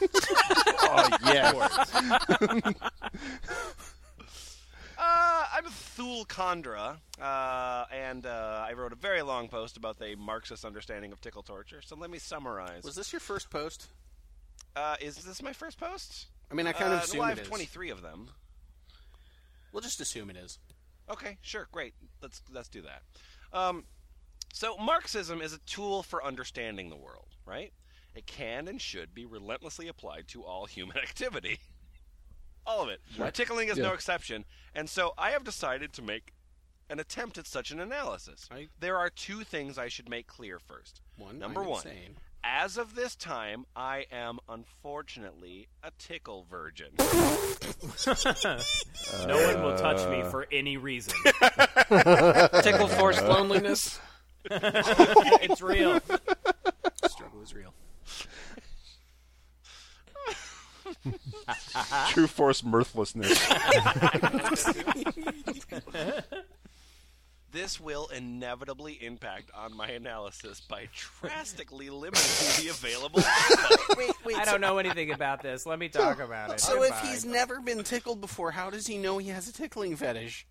Speaker 1: Uh, I'm Thul Chandra, uh, and uh, I wrote a very long post about the Marxist understanding of tickle torture. So let me summarize.
Speaker 2: Was this your first post?
Speaker 1: uh, is this my first post?
Speaker 2: I mean, I kind
Speaker 1: uh,
Speaker 2: of assume
Speaker 1: well, I
Speaker 2: it
Speaker 1: have
Speaker 2: is.
Speaker 1: 23 of them.
Speaker 2: We'll just assume it is.
Speaker 1: Okay, sure, great. Let's let's do that. Um, so Marxism is a tool for understanding the world, right? It can and should be relentlessly applied to all human *laughs* activity. All of it. Tickling is no
Speaker 4: Yeah.
Speaker 1: exception. And so I have decided to make an attempt at such an analysis.
Speaker 2: I-
Speaker 1: There are two things I should make clear first.
Speaker 2: One,
Speaker 1: Number
Speaker 2: I'm
Speaker 1: one.
Speaker 2: insane.
Speaker 1: As of this time, I am unfortunately a tickle virgin.
Speaker 9: *laughs*
Speaker 2: *laughs*
Speaker 9: No one will touch me for any reason.
Speaker 6: *laughs*
Speaker 9: Uh.
Speaker 6: Tickle
Speaker 4: *laughs*
Speaker 6: forced loneliness.
Speaker 9: it's real.
Speaker 2: The struggle is real.
Speaker 5: True force mirthlessness.
Speaker 1: *laughs* This will inevitably impact on my analysis by drastically limiting the available.
Speaker 2: *laughs*
Speaker 1: output.
Speaker 2: Wait, wait.
Speaker 7: I don't know anything about this. Let me talk about it.
Speaker 2: So if
Speaker 7: Goodbye.
Speaker 2: he's never been tickled before, how does he know he has a tickling fetish?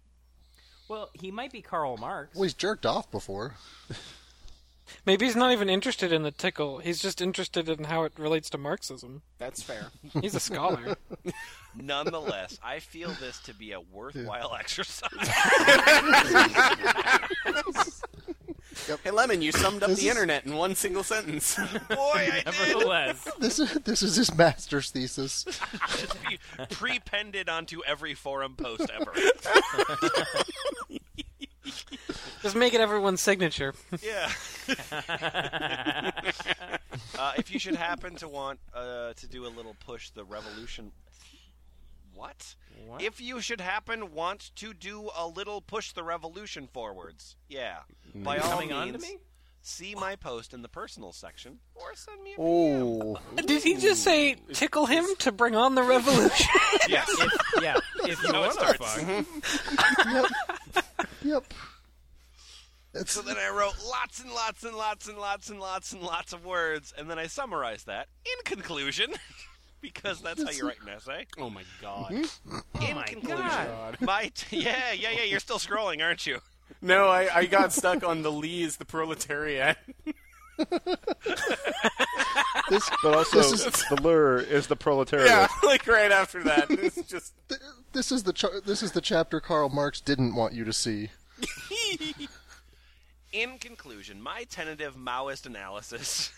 Speaker 9: Well, he might be Karl Marx.
Speaker 4: Well, he's jerked off before.
Speaker 6: *laughs*
Speaker 4: *laughs*
Speaker 6: Maybe he's not even interested in the tickle. He's just interested in how it relates to Marxism.
Speaker 2: That's fair.
Speaker 6: He's a scholar.
Speaker 1: *laughs* Nonetheless, I feel this to be a worthwhile
Speaker 5: *laughs*
Speaker 1: exercise.
Speaker 2: Hey, Lemon, you summed up
Speaker 4: This
Speaker 2: the
Speaker 4: is-
Speaker 2: internet in one single sentence.
Speaker 1: *laughs* Boy, I did
Speaker 9: Nevertheless,
Speaker 4: This is this is his master's thesis.
Speaker 1: be prepended onto every forum post
Speaker 7: *laughs*
Speaker 1: ever.
Speaker 6: *laughs* just make it everyone's signature.
Speaker 1: Yeah. *laughs* uh, if you should happen to want uh, to do a little push, the revolution. What? If you should happen want to do a little push the revolution forwards, yeah. By all
Speaker 9: Mm. coming
Speaker 1: means,
Speaker 9: on to me?
Speaker 1: see my post in the personal section, or send me a
Speaker 4: Oh,
Speaker 6: Did he just say tickle him to bring on the
Speaker 9: *laughs*
Speaker 6: revolution?
Speaker 1: *laughs* yes.
Speaker 9: yeah.
Speaker 1: *laughs*
Speaker 9: If you
Speaker 1: how it
Speaker 9: want to
Speaker 1: starts.
Speaker 9: fuck,
Speaker 1: *laughs*
Speaker 9: *laughs* Mm-hmm.
Speaker 4: yep, yep. That's
Speaker 1: So then I wrote lots and lots and lots and lots and lots and lots of words, and then I summarized that in conclusion, *laughs* because that's how you write an essay.
Speaker 2: oh my god.
Speaker 1: in conclusion, my t- Hmm? *laughs* yeah, yeah, yeah. You're still scrolling, aren't you?
Speaker 2: No, I, I got stuck on the Lee is the proletariat.
Speaker 4: this.
Speaker 5: But also,
Speaker 4: This is-
Speaker 5: the lure is the proletariat.
Speaker 2: yeah, *laughs* like right after that. It's just
Speaker 4: This is the cha- this is the chapter Karl Marx didn't want you to see.
Speaker 1: *laughs* In conclusion, my tentative Maoist analysis.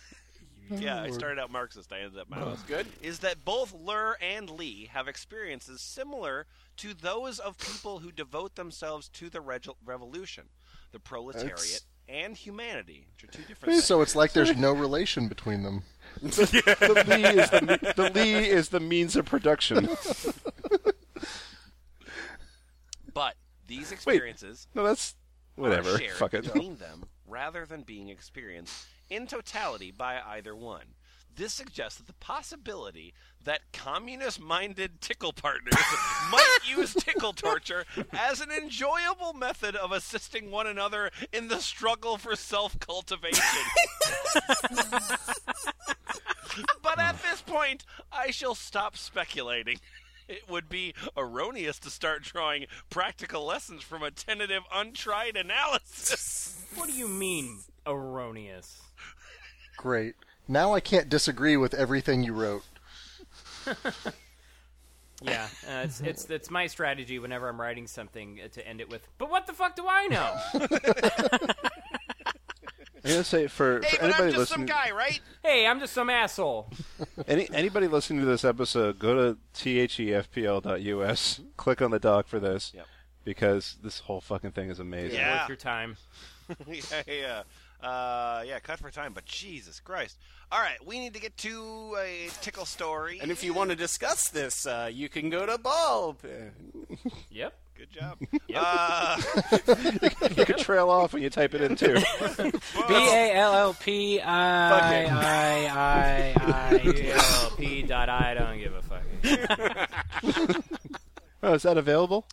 Speaker 1: yeah, I started out Marxist. I ended up Maoist.
Speaker 2: good.
Speaker 1: is that both Lur and Lee have experiences similar to those of people who devote themselves to the reg- revolution, the proletariat,
Speaker 4: That's-
Speaker 1: and humanity, which are two different things.
Speaker 4: So it's like there's no relation between them.
Speaker 5: *laughs* The, Lee is the, me- the Lee is the means
Speaker 4: *laughs*
Speaker 5: of production.
Speaker 1: But these experiences
Speaker 5: No, that's
Speaker 1: are
Speaker 5: whatever.
Speaker 1: shared
Speaker 5: Fuck it.
Speaker 1: between them rather than being experienced in totality by either one. This suggests that the possibility that communist minded tickle partners *laughs* might use tickle torture as an enjoyable method of assisting one another in the struggle for self cultivation. but at this point, I shall stop speculating. It would be erroneous to start drawing practical lessons from a tentative, untried analysis.
Speaker 9: what do you mean erroneous?
Speaker 4: Great. Now I can't disagree with everything you wrote.
Speaker 9: Yeah, uh, it's, it's it's my strategy whenever I'm writing something uh, to end it with. But what the fuck do I know?
Speaker 5: I'm gonna say for,
Speaker 1: Hey,
Speaker 5: for
Speaker 1: but I'm
Speaker 5: anybody
Speaker 1: just some
Speaker 5: listening,
Speaker 1: guy, right?
Speaker 9: hey, I'm just some asshole.
Speaker 5: any anybody listening to this episode, go to E thefpl.us, click on the doc for this,
Speaker 1: Yep.
Speaker 5: because this whole fucking thing is amazing.
Speaker 1: Yeah.
Speaker 9: Worth your time.
Speaker 1: *laughs* yeah, yeah. Uh, yeah, cut for time, but Jesus Christ. All right, we need to get to a tickle story.
Speaker 2: And if you want to discuss this, uh, you can go to Bulb.
Speaker 9: Yep.
Speaker 1: Good job. uh,
Speaker 9: *laughs*
Speaker 5: You can trail off when you type it in *laughs* too.
Speaker 6: B A L L P I I I I.
Speaker 9: P dot I don't give a fuck.
Speaker 5: *laughs* oh, is that available?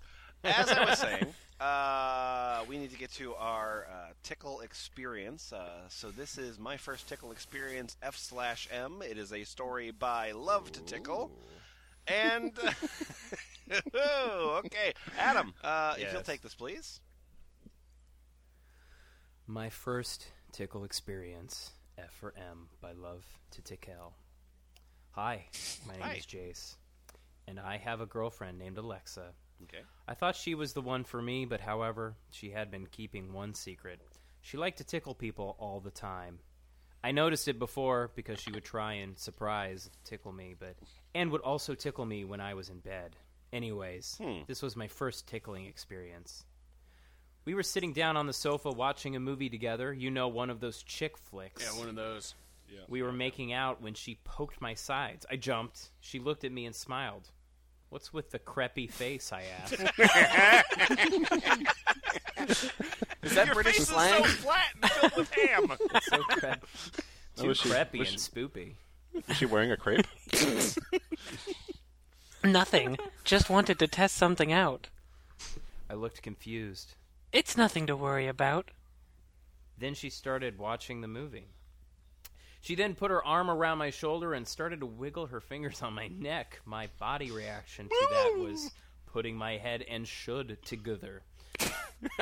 Speaker 1: as I
Speaker 2: *laughs*
Speaker 1: was saying, uh, we need to get to our uh, tickle experience. Uh, so this is my first tickle experience, F slash M. It is a story by Love to Tickle, and *laughs*
Speaker 2: *laughs*
Speaker 1: Oh, okay, Adam, uh, if you'll
Speaker 9: Yes.
Speaker 1: take this, please.
Speaker 9: My first tickle experience, F for M, by Love to Tickle. Hi, my name
Speaker 1: Hi.
Speaker 9: is Jace, and I have a girlfriend named Alexa.
Speaker 1: Okay.
Speaker 9: I thought she was the one for me, but however, she had been keeping one secret. She liked to tickle people all the time. I noticed it before because she would try and surprise tickle me, but and would also tickle me when I was in bed. Anyways,
Speaker 1: Hmm.
Speaker 9: this was my first tickling experience. We were sitting down on the sofa watching a movie together. You know, one of those chick flicks.
Speaker 2: Yeah, one of those.
Speaker 9: We were making out when she poked my sides. I jumped. She looked at me and smiled. What's with the creppy face? I asked.
Speaker 2: *laughs* Is that British slang?
Speaker 1: flat and filled with
Speaker 9: *laughs*
Speaker 1: ham.
Speaker 9: so crap. Too
Speaker 5: was she-
Speaker 9: creppy
Speaker 5: was
Speaker 9: and spoopy.
Speaker 5: Is she wearing a *laughs* crepe?
Speaker 6: Nothing. Just wanted to test something out.
Speaker 9: I looked confused.
Speaker 6: It's nothing to worry about.
Speaker 9: Then she started watching the movie. She then put her arm around my shoulder and started to wiggle her fingers on my neck. My body reaction to that was putting my head and should together.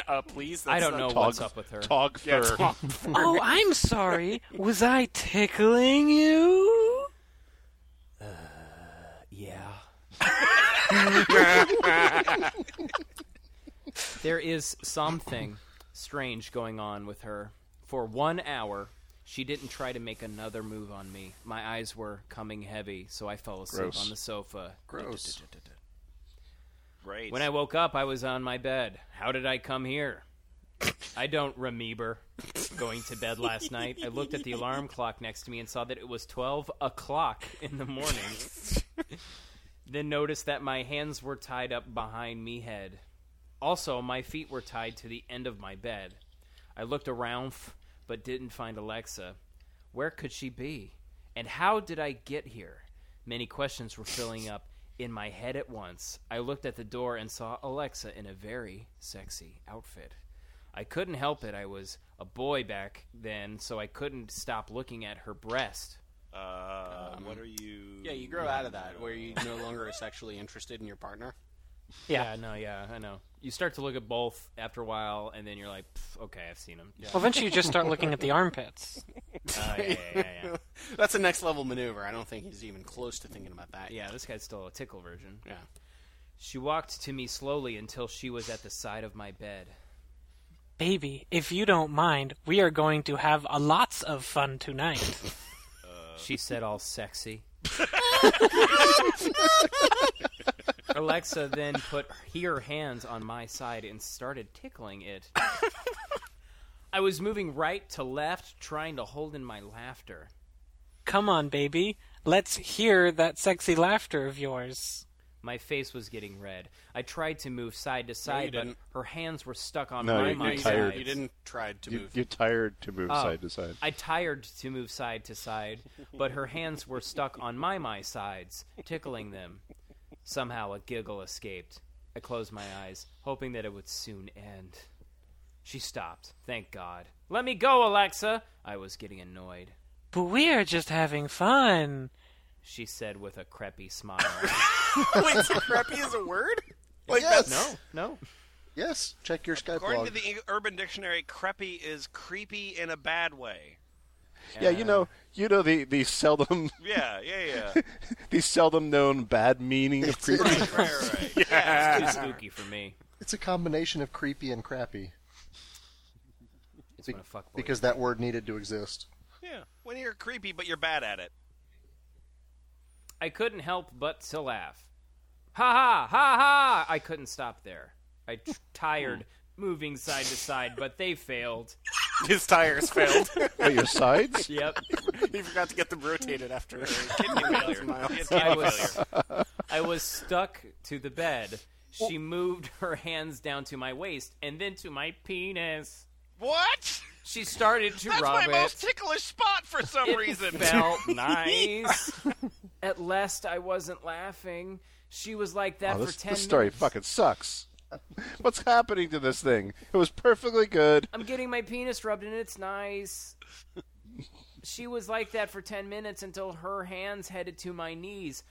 Speaker 2: Uh, please. That's
Speaker 9: I don't
Speaker 2: not
Speaker 9: know
Speaker 2: Tog-
Speaker 9: what's up with her.
Speaker 5: Tog
Speaker 2: Yeah,
Speaker 5: fur.
Speaker 2: Tog-
Speaker 6: Oh, I'm sorry. Was I tickling you?
Speaker 9: Yeah. *laughs* there is something strange going on with her. For one hour, she didn't try to make another move on me. My eyes were coming heavy, so I fell asleep
Speaker 5: Gross.
Speaker 9: on the sofa.
Speaker 4: Gross.
Speaker 1: Great.
Speaker 9: When I woke up, I was on my bed. How did I come here? I don't remember going to bed last night. I looked at the alarm clock next to me and saw that it was 12 o'clock in the morning. then noticed that my hands were tied up behind me head. Also, my feet were tied to the end of my bed. I looked around f- but didn't find Alexa. Where could she be? And how did I get here? Many questions were filling up in my head at once. I looked at the door and saw Alexa in a very sexy outfit. I couldn't help it. I was a boy back then, so I couldn't stop looking at her breast.
Speaker 1: uh, what are you?
Speaker 2: Yeah, you grow out of that where you no longer are sexually interested in your partner.
Speaker 9: Yeah, no, yeah, I know. You start to look at both after a while, and then you're like, "Pff, okay, I've seen them. Yeah.
Speaker 6: Well, eventually you just start looking at the
Speaker 9: *laughs*
Speaker 6: armpits.
Speaker 9: Uh, yeah, yeah, yeah, yeah.
Speaker 2: *laughs* That's a next level maneuver. I don't think he's even close to thinking about that.
Speaker 9: Yeah, this guy's still a tickle version.
Speaker 2: Yeah.
Speaker 9: She walked to me slowly until she was at the side of my bed.
Speaker 6: Baby, if you don't mind, we are going to have a lots of fun tonight.
Speaker 9: She said, all sexy. *laughs* Alexa then put her hands on my side and started tickling it. I was moving right to left, trying to hold in my laughter.
Speaker 6: Come on, baby. Let's hear that sexy laughter of yours.
Speaker 9: My face was getting red. I tried to move side to side, but
Speaker 2: didn't.
Speaker 9: her hands were stuck on
Speaker 5: No,
Speaker 9: my,
Speaker 5: you-
Speaker 9: my
Speaker 5: you
Speaker 2: You,
Speaker 5: tired.
Speaker 2: didn't,
Speaker 9: sides.
Speaker 2: you didn't try to
Speaker 5: You,
Speaker 2: move.
Speaker 5: you're tired to move
Speaker 9: Oh.
Speaker 5: side to side.
Speaker 9: I tired to move side to side, but her hands were stuck on my my sides, tickling them. Somehow a giggle escaped. I closed my eyes, hoping that it would soon end. She stopped. Thank God. Let me go, Alexa. I was getting annoyed.
Speaker 6: But we are just having fun.
Speaker 9: She said with a creppy smile.
Speaker 2: *laughs* Wait, so creppy is a word? Like
Speaker 4: Yes.
Speaker 2: that's
Speaker 9: no.
Speaker 4: Yes. Check your Skype
Speaker 1: According
Speaker 4: log.
Speaker 1: to the Eng- Urban Dictionary, creppy is creepy in a bad way.
Speaker 5: Yeah, you know, you know the the seldom
Speaker 1: *laughs* Yeah, yeah, yeah.
Speaker 5: *laughs* the seldom known bad meaning of
Speaker 4: It's a-
Speaker 5: creepy.
Speaker 1: right,
Speaker 5: *laughs*
Speaker 1: right, right.
Speaker 9: It's too spooky for me.
Speaker 4: It's a combination of creepy and crappy
Speaker 9: It's when a fuck boy.
Speaker 4: because that word needed to exist.
Speaker 1: Yeah. When you're creepy, but you're bad at it.
Speaker 9: I couldn't help but to laugh. Ha ha ha ha! I couldn't stop there. I t- tired moving side to side, but they failed.
Speaker 2: His tires
Speaker 9: *laughs*
Speaker 2: failed.
Speaker 5: Wait, your sides?
Speaker 9: Yep,
Speaker 2: he forgot to get them rotated after.
Speaker 1: Kidney failure.
Speaker 2: Miles.
Speaker 1: It's
Speaker 9: I
Speaker 1: kidney failure.
Speaker 5: *laughs*
Speaker 9: was I was stuck to the bed. She moved her hands down to my waist and then to my penis.
Speaker 1: What?
Speaker 9: She started to
Speaker 1: That's
Speaker 9: rub
Speaker 1: my most
Speaker 9: it.
Speaker 1: ticklish spot for some
Speaker 9: It
Speaker 1: reason. *laughs*
Speaker 9: felt nice. At last, I wasn't laughing. She was like that
Speaker 5: Oh,
Speaker 9: for
Speaker 5: this,
Speaker 9: ten
Speaker 5: this story
Speaker 9: minutes.
Speaker 5: fucking sucks. *laughs* What's happening to this thing? It was perfectly good.
Speaker 9: I'm getting my penis rubbed and it's nice. she was like that for 10 minutes until her hands headed to my knees.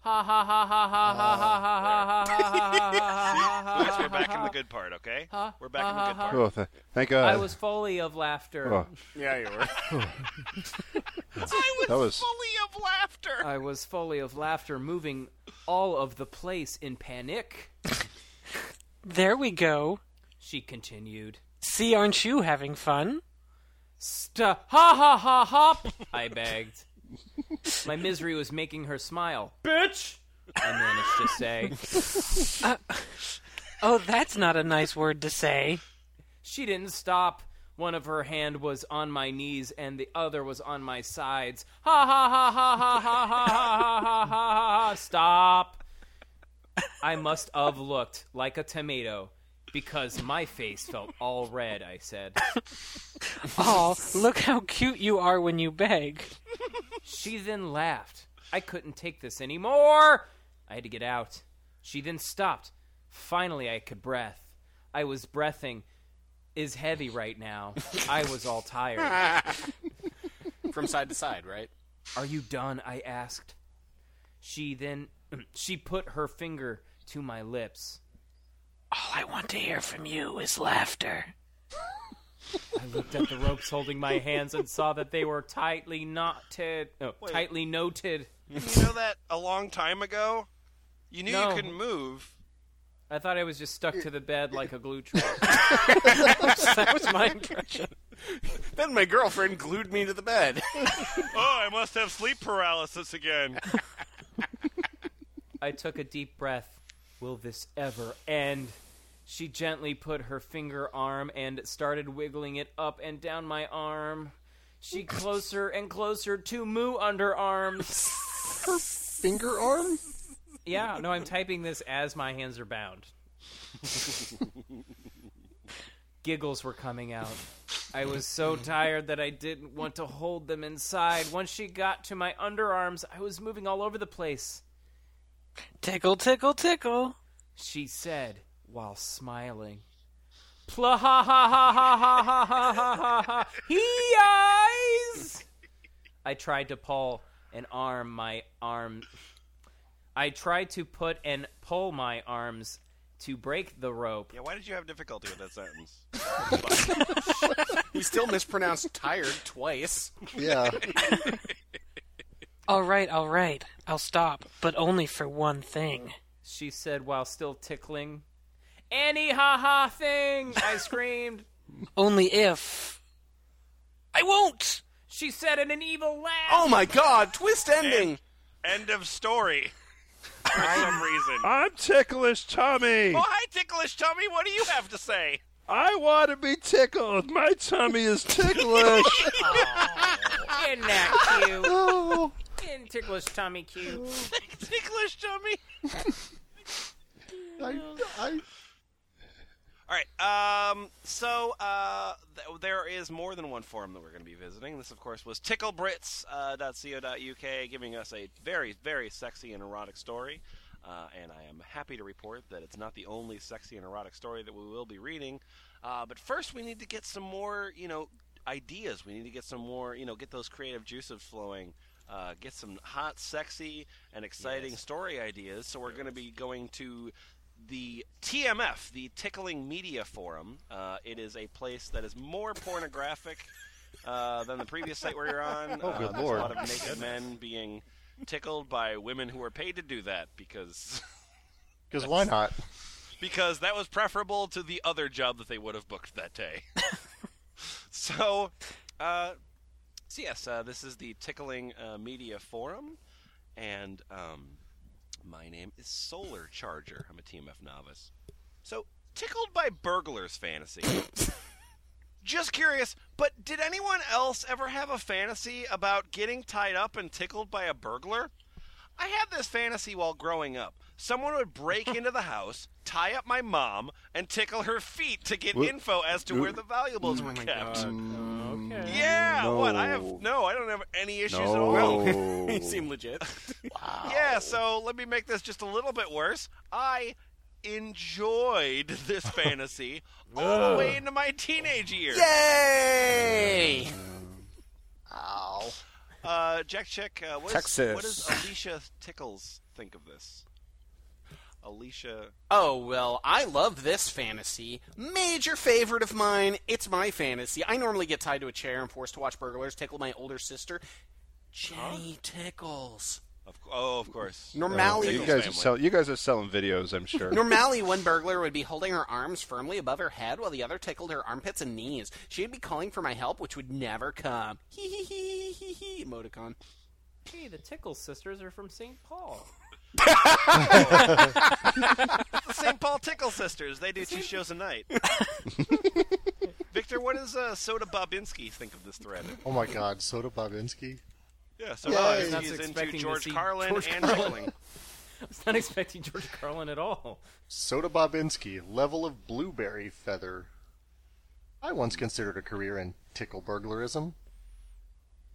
Speaker 9: Ha ha ha ha ha ha ha ha ha ha ha ha ha
Speaker 1: Guys, we're back in the good part, okay? We're back in the good part.
Speaker 5: Oh, th- thank God.
Speaker 9: I was fully of laughter.
Speaker 5: Oh,
Speaker 2: yeah, you were.
Speaker 1: *laughs* I was,
Speaker 5: That was-
Speaker 1: fully of laughter.
Speaker 9: I was fully of laughter, moving all of the place in panic.
Speaker 6: There we go.
Speaker 9: She continued.
Speaker 6: See, aren't you having fun?
Speaker 9: St- ha ha ha hop! I begged. My misery was making her smile. Bitch! I managed to say.
Speaker 6: Uh, Oh, that's not a nice word to say.
Speaker 9: She didn't stop. One of her hand was on my knees and the other was on my sides. Ha ha ha ha ha ha ha ha ha ha ha ha *laughs* stop. I must have looked like a tomato because my face felt all red, I said.
Speaker 6: Oh, look how cute you are when you beg.
Speaker 9: *laughs* She then laughed. I couldn't take this anymore. I had to get out. She then stopped. Finally, I could breath. I was breathing. Is heavy right now. I was all tired.
Speaker 2: *laughs* From side to side, right?
Speaker 9: Are you done? I asked. She then *clears throat* she put her finger to my lips.
Speaker 6: All I want to hear from you is laughter.
Speaker 9: I looked at the ropes holding my hands and saw that they were tightly knotted. No, tightly noted.
Speaker 1: You know that a long time ago? You knew
Speaker 9: No.
Speaker 1: you couldn't move.
Speaker 9: I thought I was just stuck to the bed like a glue trap.
Speaker 2: *laughs*
Speaker 6: That was my impression.
Speaker 2: Then my girlfriend glued me to the bed.
Speaker 1: *laughs* Oh, I must have sleep
Speaker 2: *laughs*
Speaker 1: paralysis again.
Speaker 9: I took a deep breath. Will this ever end? She gently put her finger arm and started wiggling it up and down my arm. She closer and closer to moo underarms.
Speaker 4: Finger arm?
Speaker 9: Yeah, no, I'm typing this as my hands are bound. Giggles were coming out. I was so tired that I didn't want to hold them inside. Once she got to my underarms, I was moving all over the place.
Speaker 6: Tickle, tickle, tickle.
Speaker 9: She said while smiling. Pla ha ha ha ha ha ha ha ha ha ha. He eyes. I tried to pull an arm, my arm. I tried to put and pull my arms to break the rope.
Speaker 1: Yeah, why did you have difficulty with that sentence?
Speaker 2: He still mispronounced tired twice. *laughs*
Speaker 4: Yeah.
Speaker 6: All right, all right. I'll stop, but only for one thing.
Speaker 9: she said while still tickling. Any ha ha thing! I screamed.
Speaker 6: Only if. I won't!
Speaker 9: *laughs* She said in an evil laugh.
Speaker 2: Oh my god, twist ending!
Speaker 1: End of story. For some reason.
Speaker 8: *laughs*
Speaker 5: I'm ticklish, Tommy.
Speaker 1: Oh, hi, ticklish tummy. What do you have to say?
Speaker 5: I want to be tickled. My tummy
Speaker 2: *laughs*
Speaker 5: is ticklish.
Speaker 9: Isn't that cute?
Speaker 8: Oh.
Speaker 9: Isn't ticklish
Speaker 6: *laughs*
Speaker 9: tummy cute?
Speaker 1: ticklish tummy.
Speaker 4: I, I,
Speaker 1: All right. Um. So, uh, th- there is more than one forum that we're going to be visiting. This, of course, was uh, ticklebrits.co.uk giving us a very, very sexy and erotic story. Uh, and I am happy to report that it's not the only sexy and erotic story that we will be reading. Uh, but first, we need to get some more, you know, ideas. We need to get some more, you know, get those creative juices flowing. Uh, get some hot, sexy, and exciting story ideas. So we're going to be going to the TMF, the Tickling Media Forum. Uh, it is a place that is more pornographic uh, than the previous site where you're
Speaker 5: *laughs*
Speaker 1: on. Oh,
Speaker 5: good
Speaker 1: uh, there's
Speaker 5: lord.
Speaker 1: A lot of naked men being tickled by women who are paid to do that because
Speaker 4: Because why not?
Speaker 1: because that was preferable to the other job that they would have booked that day. so, uh, so yes, uh, this is the Tickling uh, Media Forum, and um, my name is Solar Charger. I'm a TMF novice. So, tickled by burglars fantasy. Just curious, but did anyone else ever have a fantasy about getting tied up and tickled by a burglar? I had this fantasy while growing up. Someone would break into the house, tie up my mom, and tickle her feet to get
Speaker 5: What?
Speaker 1: info as to where the valuables were kept.
Speaker 2: Mm,
Speaker 1: Yeah,
Speaker 5: No.
Speaker 1: what? I have no, I don't have any issues at all.
Speaker 2: *laughs*
Speaker 5: No.
Speaker 2: you seem legit.
Speaker 1: Yeah, so let me make this just a little bit worse. I enjoyed this fantasy all the way into my teenage years.
Speaker 2: Yay!
Speaker 1: Uh, Jack, check. Uh, what, is,
Speaker 2: Texas.
Speaker 1: what does Alicia Tickles think of this? Alicia,
Speaker 2: Oh, well, I love this fantasy. Major favorite of mine. It's my fantasy. I normally get tied to a chair and forced to watch burglars tickle my older sister. Jenny Tickles.
Speaker 1: of cou- oh, of course.
Speaker 2: Normally,
Speaker 5: Uh, You guys, are
Speaker 1: family.
Speaker 5: sell- you guys are selling videos, I'm sure.
Speaker 2: Normally, one burglar would be holding her arms firmly above her head while the other tickled her armpits and knees. She'd be calling for my help, which would never come. Hee hee hee hee hee. Emoticon.
Speaker 9: Hey, the Tickle sisters are from St.
Speaker 1: *laughs*
Speaker 9: Paul.
Speaker 1: Oh, *laughs* St. Paul Tickle Sisters. They do two shows a night. Victor, what does uh, Soda Bobinski think of this thread?
Speaker 4: Oh my God, Soda Bobinski.
Speaker 1: Yeah, Soda
Speaker 4: Yay.
Speaker 1: Bobinski
Speaker 9: That's
Speaker 1: is into
Speaker 9: expecting to
Speaker 1: George
Speaker 9: see
Speaker 1: Carlin
Speaker 9: George
Speaker 1: and
Speaker 9: Carlin.
Speaker 1: Tickling.
Speaker 9: *laughs* I was not expecting George Carlin at all.
Speaker 4: Soda Bobinski, level of blueberry feather. I once considered a career in tickle burglarism.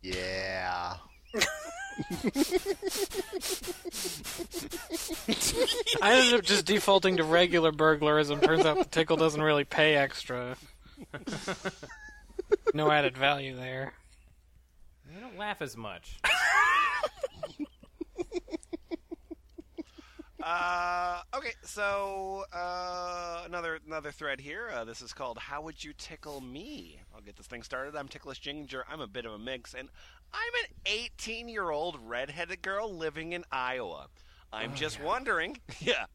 Speaker 4: Yeah.
Speaker 6: I ended up just defaulting to regular burglarism. Turns out the tickle doesn't really pay extra. no added value there.
Speaker 9: You don't laugh as much.
Speaker 1: Uh, okay, so uh, another another thread here. Uh, this is called "How Would You Tickle Me." I'll get this thing started. I'm Ticklish Ginger. I'm a bit of a mix, and I'm an 18 year old redheaded girl living in Iowa.
Speaker 9: Oh,
Speaker 1: I'm just
Speaker 9: *laughs*
Speaker 1: wondering, yeah,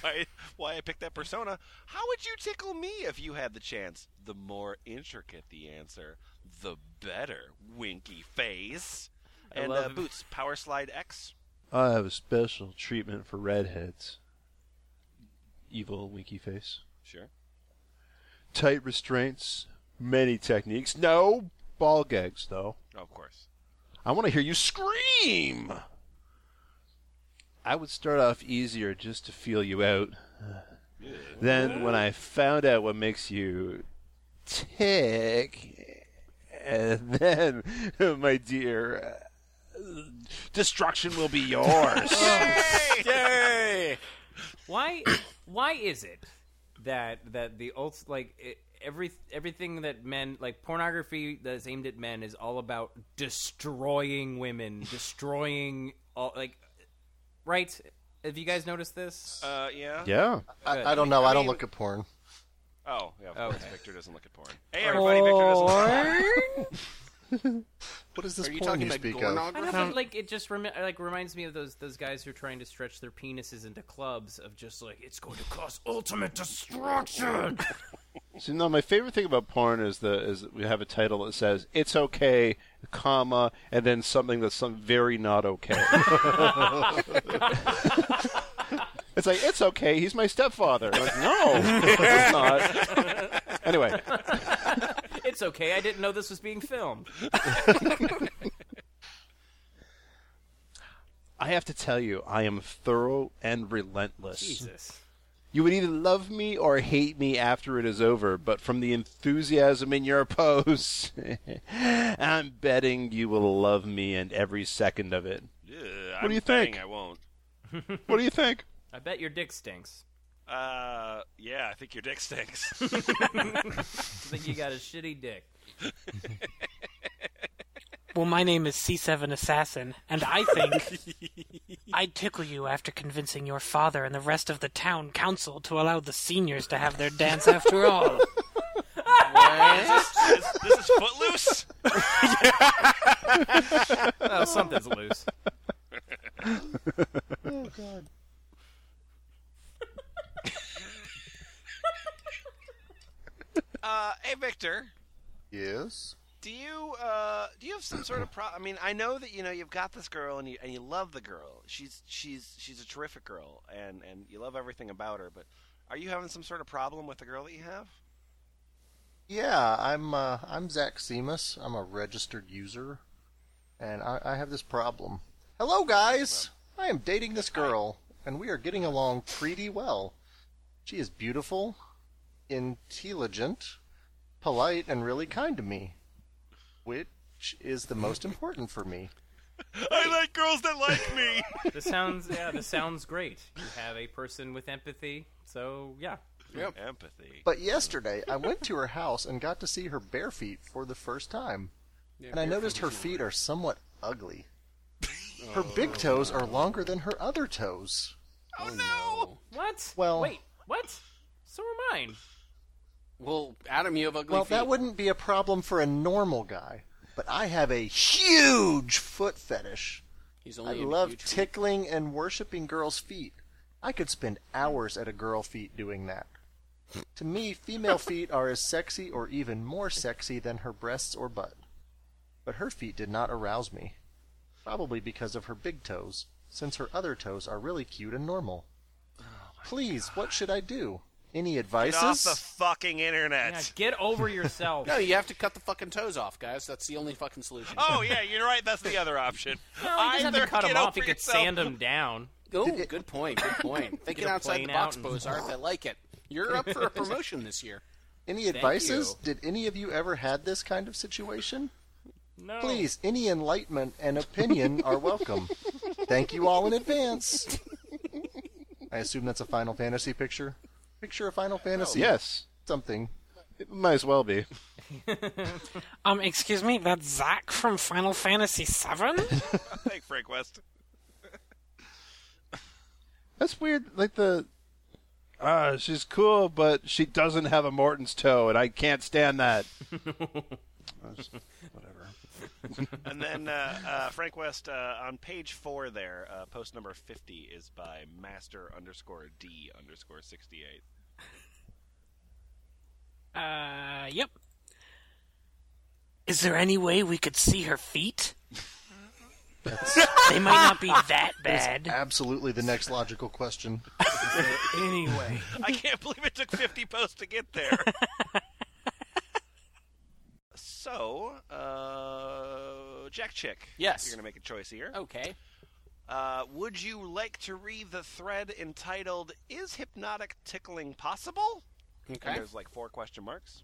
Speaker 1: why why I picked that persona. How would you tickle me if you had the chance? The more intricate the answer, the better. Winky face
Speaker 9: I
Speaker 1: and uh,
Speaker 9: love-
Speaker 1: boots. Power slide X.
Speaker 5: I have a special treatment for redheads. Evil winky face.
Speaker 1: Sure.
Speaker 5: Tight restraints, many techniques. No ball gags, though.
Speaker 1: Oh, of course.
Speaker 5: I want to hear you scream. I would start off easier just to feel you out. Then, when I found out what makes you tick, and *laughs* then, my dear, uh, destruction will be yours.
Speaker 2: Yay!
Speaker 9: Why? Why is it that that the ult like it, every everything that men like pornography that's aimed at men is all about destroying women, destroying all like right? Have you guys noticed this?
Speaker 1: Uh, yeah.
Speaker 5: yeah.
Speaker 4: I, I don't know. I don't look at porn.
Speaker 1: Oh, yeah, of course.
Speaker 9: Okay.
Speaker 1: Victor doesn't look at porn. Hey, everybody, Victor doesn't look at porn.
Speaker 4: What *laughs* is this
Speaker 2: Are you
Speaker 4: porn
Speaker 2: talking
Speaker 4: you
Speaker 2: about
Speaker 4: speak of?
Speaker 2: Gornog?
Speaker 9: I don't know, but like it just remi- like reminds me of those those guys who are trying to stretch their penises into clubs of just like it's going to cause ultimate
Speaker 5: *laughs*
Speaker 9: destruction.
Speaker 5: So no, my favorite thing about porn is the is that we have a title that says it's okay, comma, and then something that's some very not okay. it's like it's okay, he's my stepfather.
Speaker 9: *laughs*
Speaker 5: Like, *laughs* no, it's not. Anyway,
Speaker 9: it's okay. I didn't know this was being
Speaker 5: *laughs*
Speaker 9: filmed.
Speaker 5: I have to tell you, I am thorough and relentless.
Speaker 9: Jesus.
Speaker 5: You would either love me or hate me after it is over, but from the enthusiasm in your pose, *laughs* I'm betting you will love me and every second of it.
Speaker 1: Ugh,
Speaker 5: What
Speaker 1: I'm
Speaker 5: do you
Speaker 1: betting
Speaker 5: think?
Speaker 1: I won't.
Speaker 5: *laughs* What do you think?
Speaker 9: I bet your dick stinks.
Speaker 1: Uh, yeah, I think your dick stinks.
Speaker 9: *laughs* I think you got a shitty dick.
Speaker 6: Well, my name is C7 Assassin, and I think I'd tickle you after convincing your father and the rest of the town council to allow the seniors to have their dance after all.
Speaker 1: This, this is Footloose? *laughs*
Speaker 9: Oh, something's loose.
Speaker 1: *laughs* Uh, hey, Victor.
Speaker 4: Yes.
Speaker 1: do you uh do you have some sort of pro I mean I know that you know you've got this girl and you and you love the girl. She's she's she's a terrific girl and and you love everything about her, but are you having some sort of problem with the girl that you have?
Speaker 4: Yeah, I'm uh, I'm Zach Seamus. I'm a registered user, and I, I have this problem. Hello, guys. I am dating this girl, and we are getting along pretty well. She is beautiful, intelligent, polite, and really kind to me, which is the most important for me.
Speaker 1: I like girls that like me.
Speaker 9: This sounds yeah, this sounds great. You have a person with empathy, so yeah.
Speaker 1: Empathy.
Speaker 4: But yesterday, I went to her house and got to see her bare feet for the first time. and I noticed her feet are somewhat
Speaker 2: *laughs*
Speaker 4: ugly. Her
Speaker 2: Oh.
Speaker 4: big toes are longer than her other toes.
Speaker 9: *laughs* What?
Speaker 4: Well-
Speaker 9: wait, what? So are mine.
Speaker 2: Well, Adam, you have ugly
Speaker 4: Well,
Speaker 2: feet.
Speaker 4: that wouldn't be a problem for a normal guy, but I have a huge foot fetish.
Speaker 2: He's
Speaker 4: I
Speaker 2: only a
Speaker 4: love
Speaker 2: huge-
Speaker 4: tickling and worshiping girls' feet. I could spend hours at a girl feet doing that. to me,
Speaker 2: *laughs*
Speaker 4: female feet are as sexy or even more sexy than her breasts or butt. But her feet did not arouse me. Probably because of her big toes, since her other toes are really cute and normal.
Speaker 2: Oh
Speaker 4: Please, what should I do? Any
Speaker 1: Get off
Speaker 4: advices?
Speaker 1: the fucking internet.
Speaker 9: Yeah, get over yourself.
Speaker 2: No, you have to cut the fucking toes off, guys. That's the only fucking solution.
Speaker 1: *laughs* Oh yeah, you're right. That's the other
Speaker 9: *laughs*
Speaker 1: option.
Speaker 9: no, you just have
Speaker 1: Either
Speaker 9: to cut
Speaker 1: get
Speaker 9: them off.
Speaker 1: over
Speaker 9: You could
Speaker 1: yourself-
Speaker 9: sand them down.
Speaker 2: Oh, good point. Good
Speaker 9: *laughs*
Speaker 2: point. Thinking
Speaker 9: a
Speaker 2: outside the
Speaker 9: plane
Speaker 2: box,
Speaker 9: out and-
Speaker 2: Bozarth.
Speaker 9: *laughs*
Speaker 2: I like it. You're up for a promotion this year.
Speaker 4: Any advices?
Speaker 2: you.
Speaker 4: Did any of you ever had this kind of situation?
Speaker 9: No.
Speaker 4: Please, any enlightenment and opinion are welcome. Thank you all in advance. I assume that's a Final Fantasy picture. Picture a Final Fantasy
Speaker 5: Yes,
Speaker 4: something.
Speaker 5: it might as well be.
Speaker 6: Um, excuse me, that's Zack from Final Fantasy VII.
Speaker 1: Thank Frank West.
Speaker 5: That's weird. Like the, ah, she's cool, but she doesn't have a Morton's toe, and I can't stand
Speaker 1: *laughs*
Speaker 5: that.
Speaker 1: And then uh, uh, Frank West uh, on page four there, uh, post number fifty is by Master underscore D underscore sixty eight.
Speaker 6: Uh, yep. Is there any way we could see her feet? *laughs* they might not be that bad.
Speaker 4: Absolutely the next logical question.
Speaker 6: Anyway.
Speaker 1: *laughs* I can't believe it took 50 posts to
Speaker 2: *laughs*
Speaker 1: get there. so, uh, Jack Chick.
Speaker 2: Yes.
Speaker 1: You're going to make a choice here.
Speaker 2: Okay.
Speaker 1: Uh, would you like to read the thread entitled, Is Hypnotic Tickling Possible? And
Speaker 2: Okay.
Speaker 1: there's like four question marks.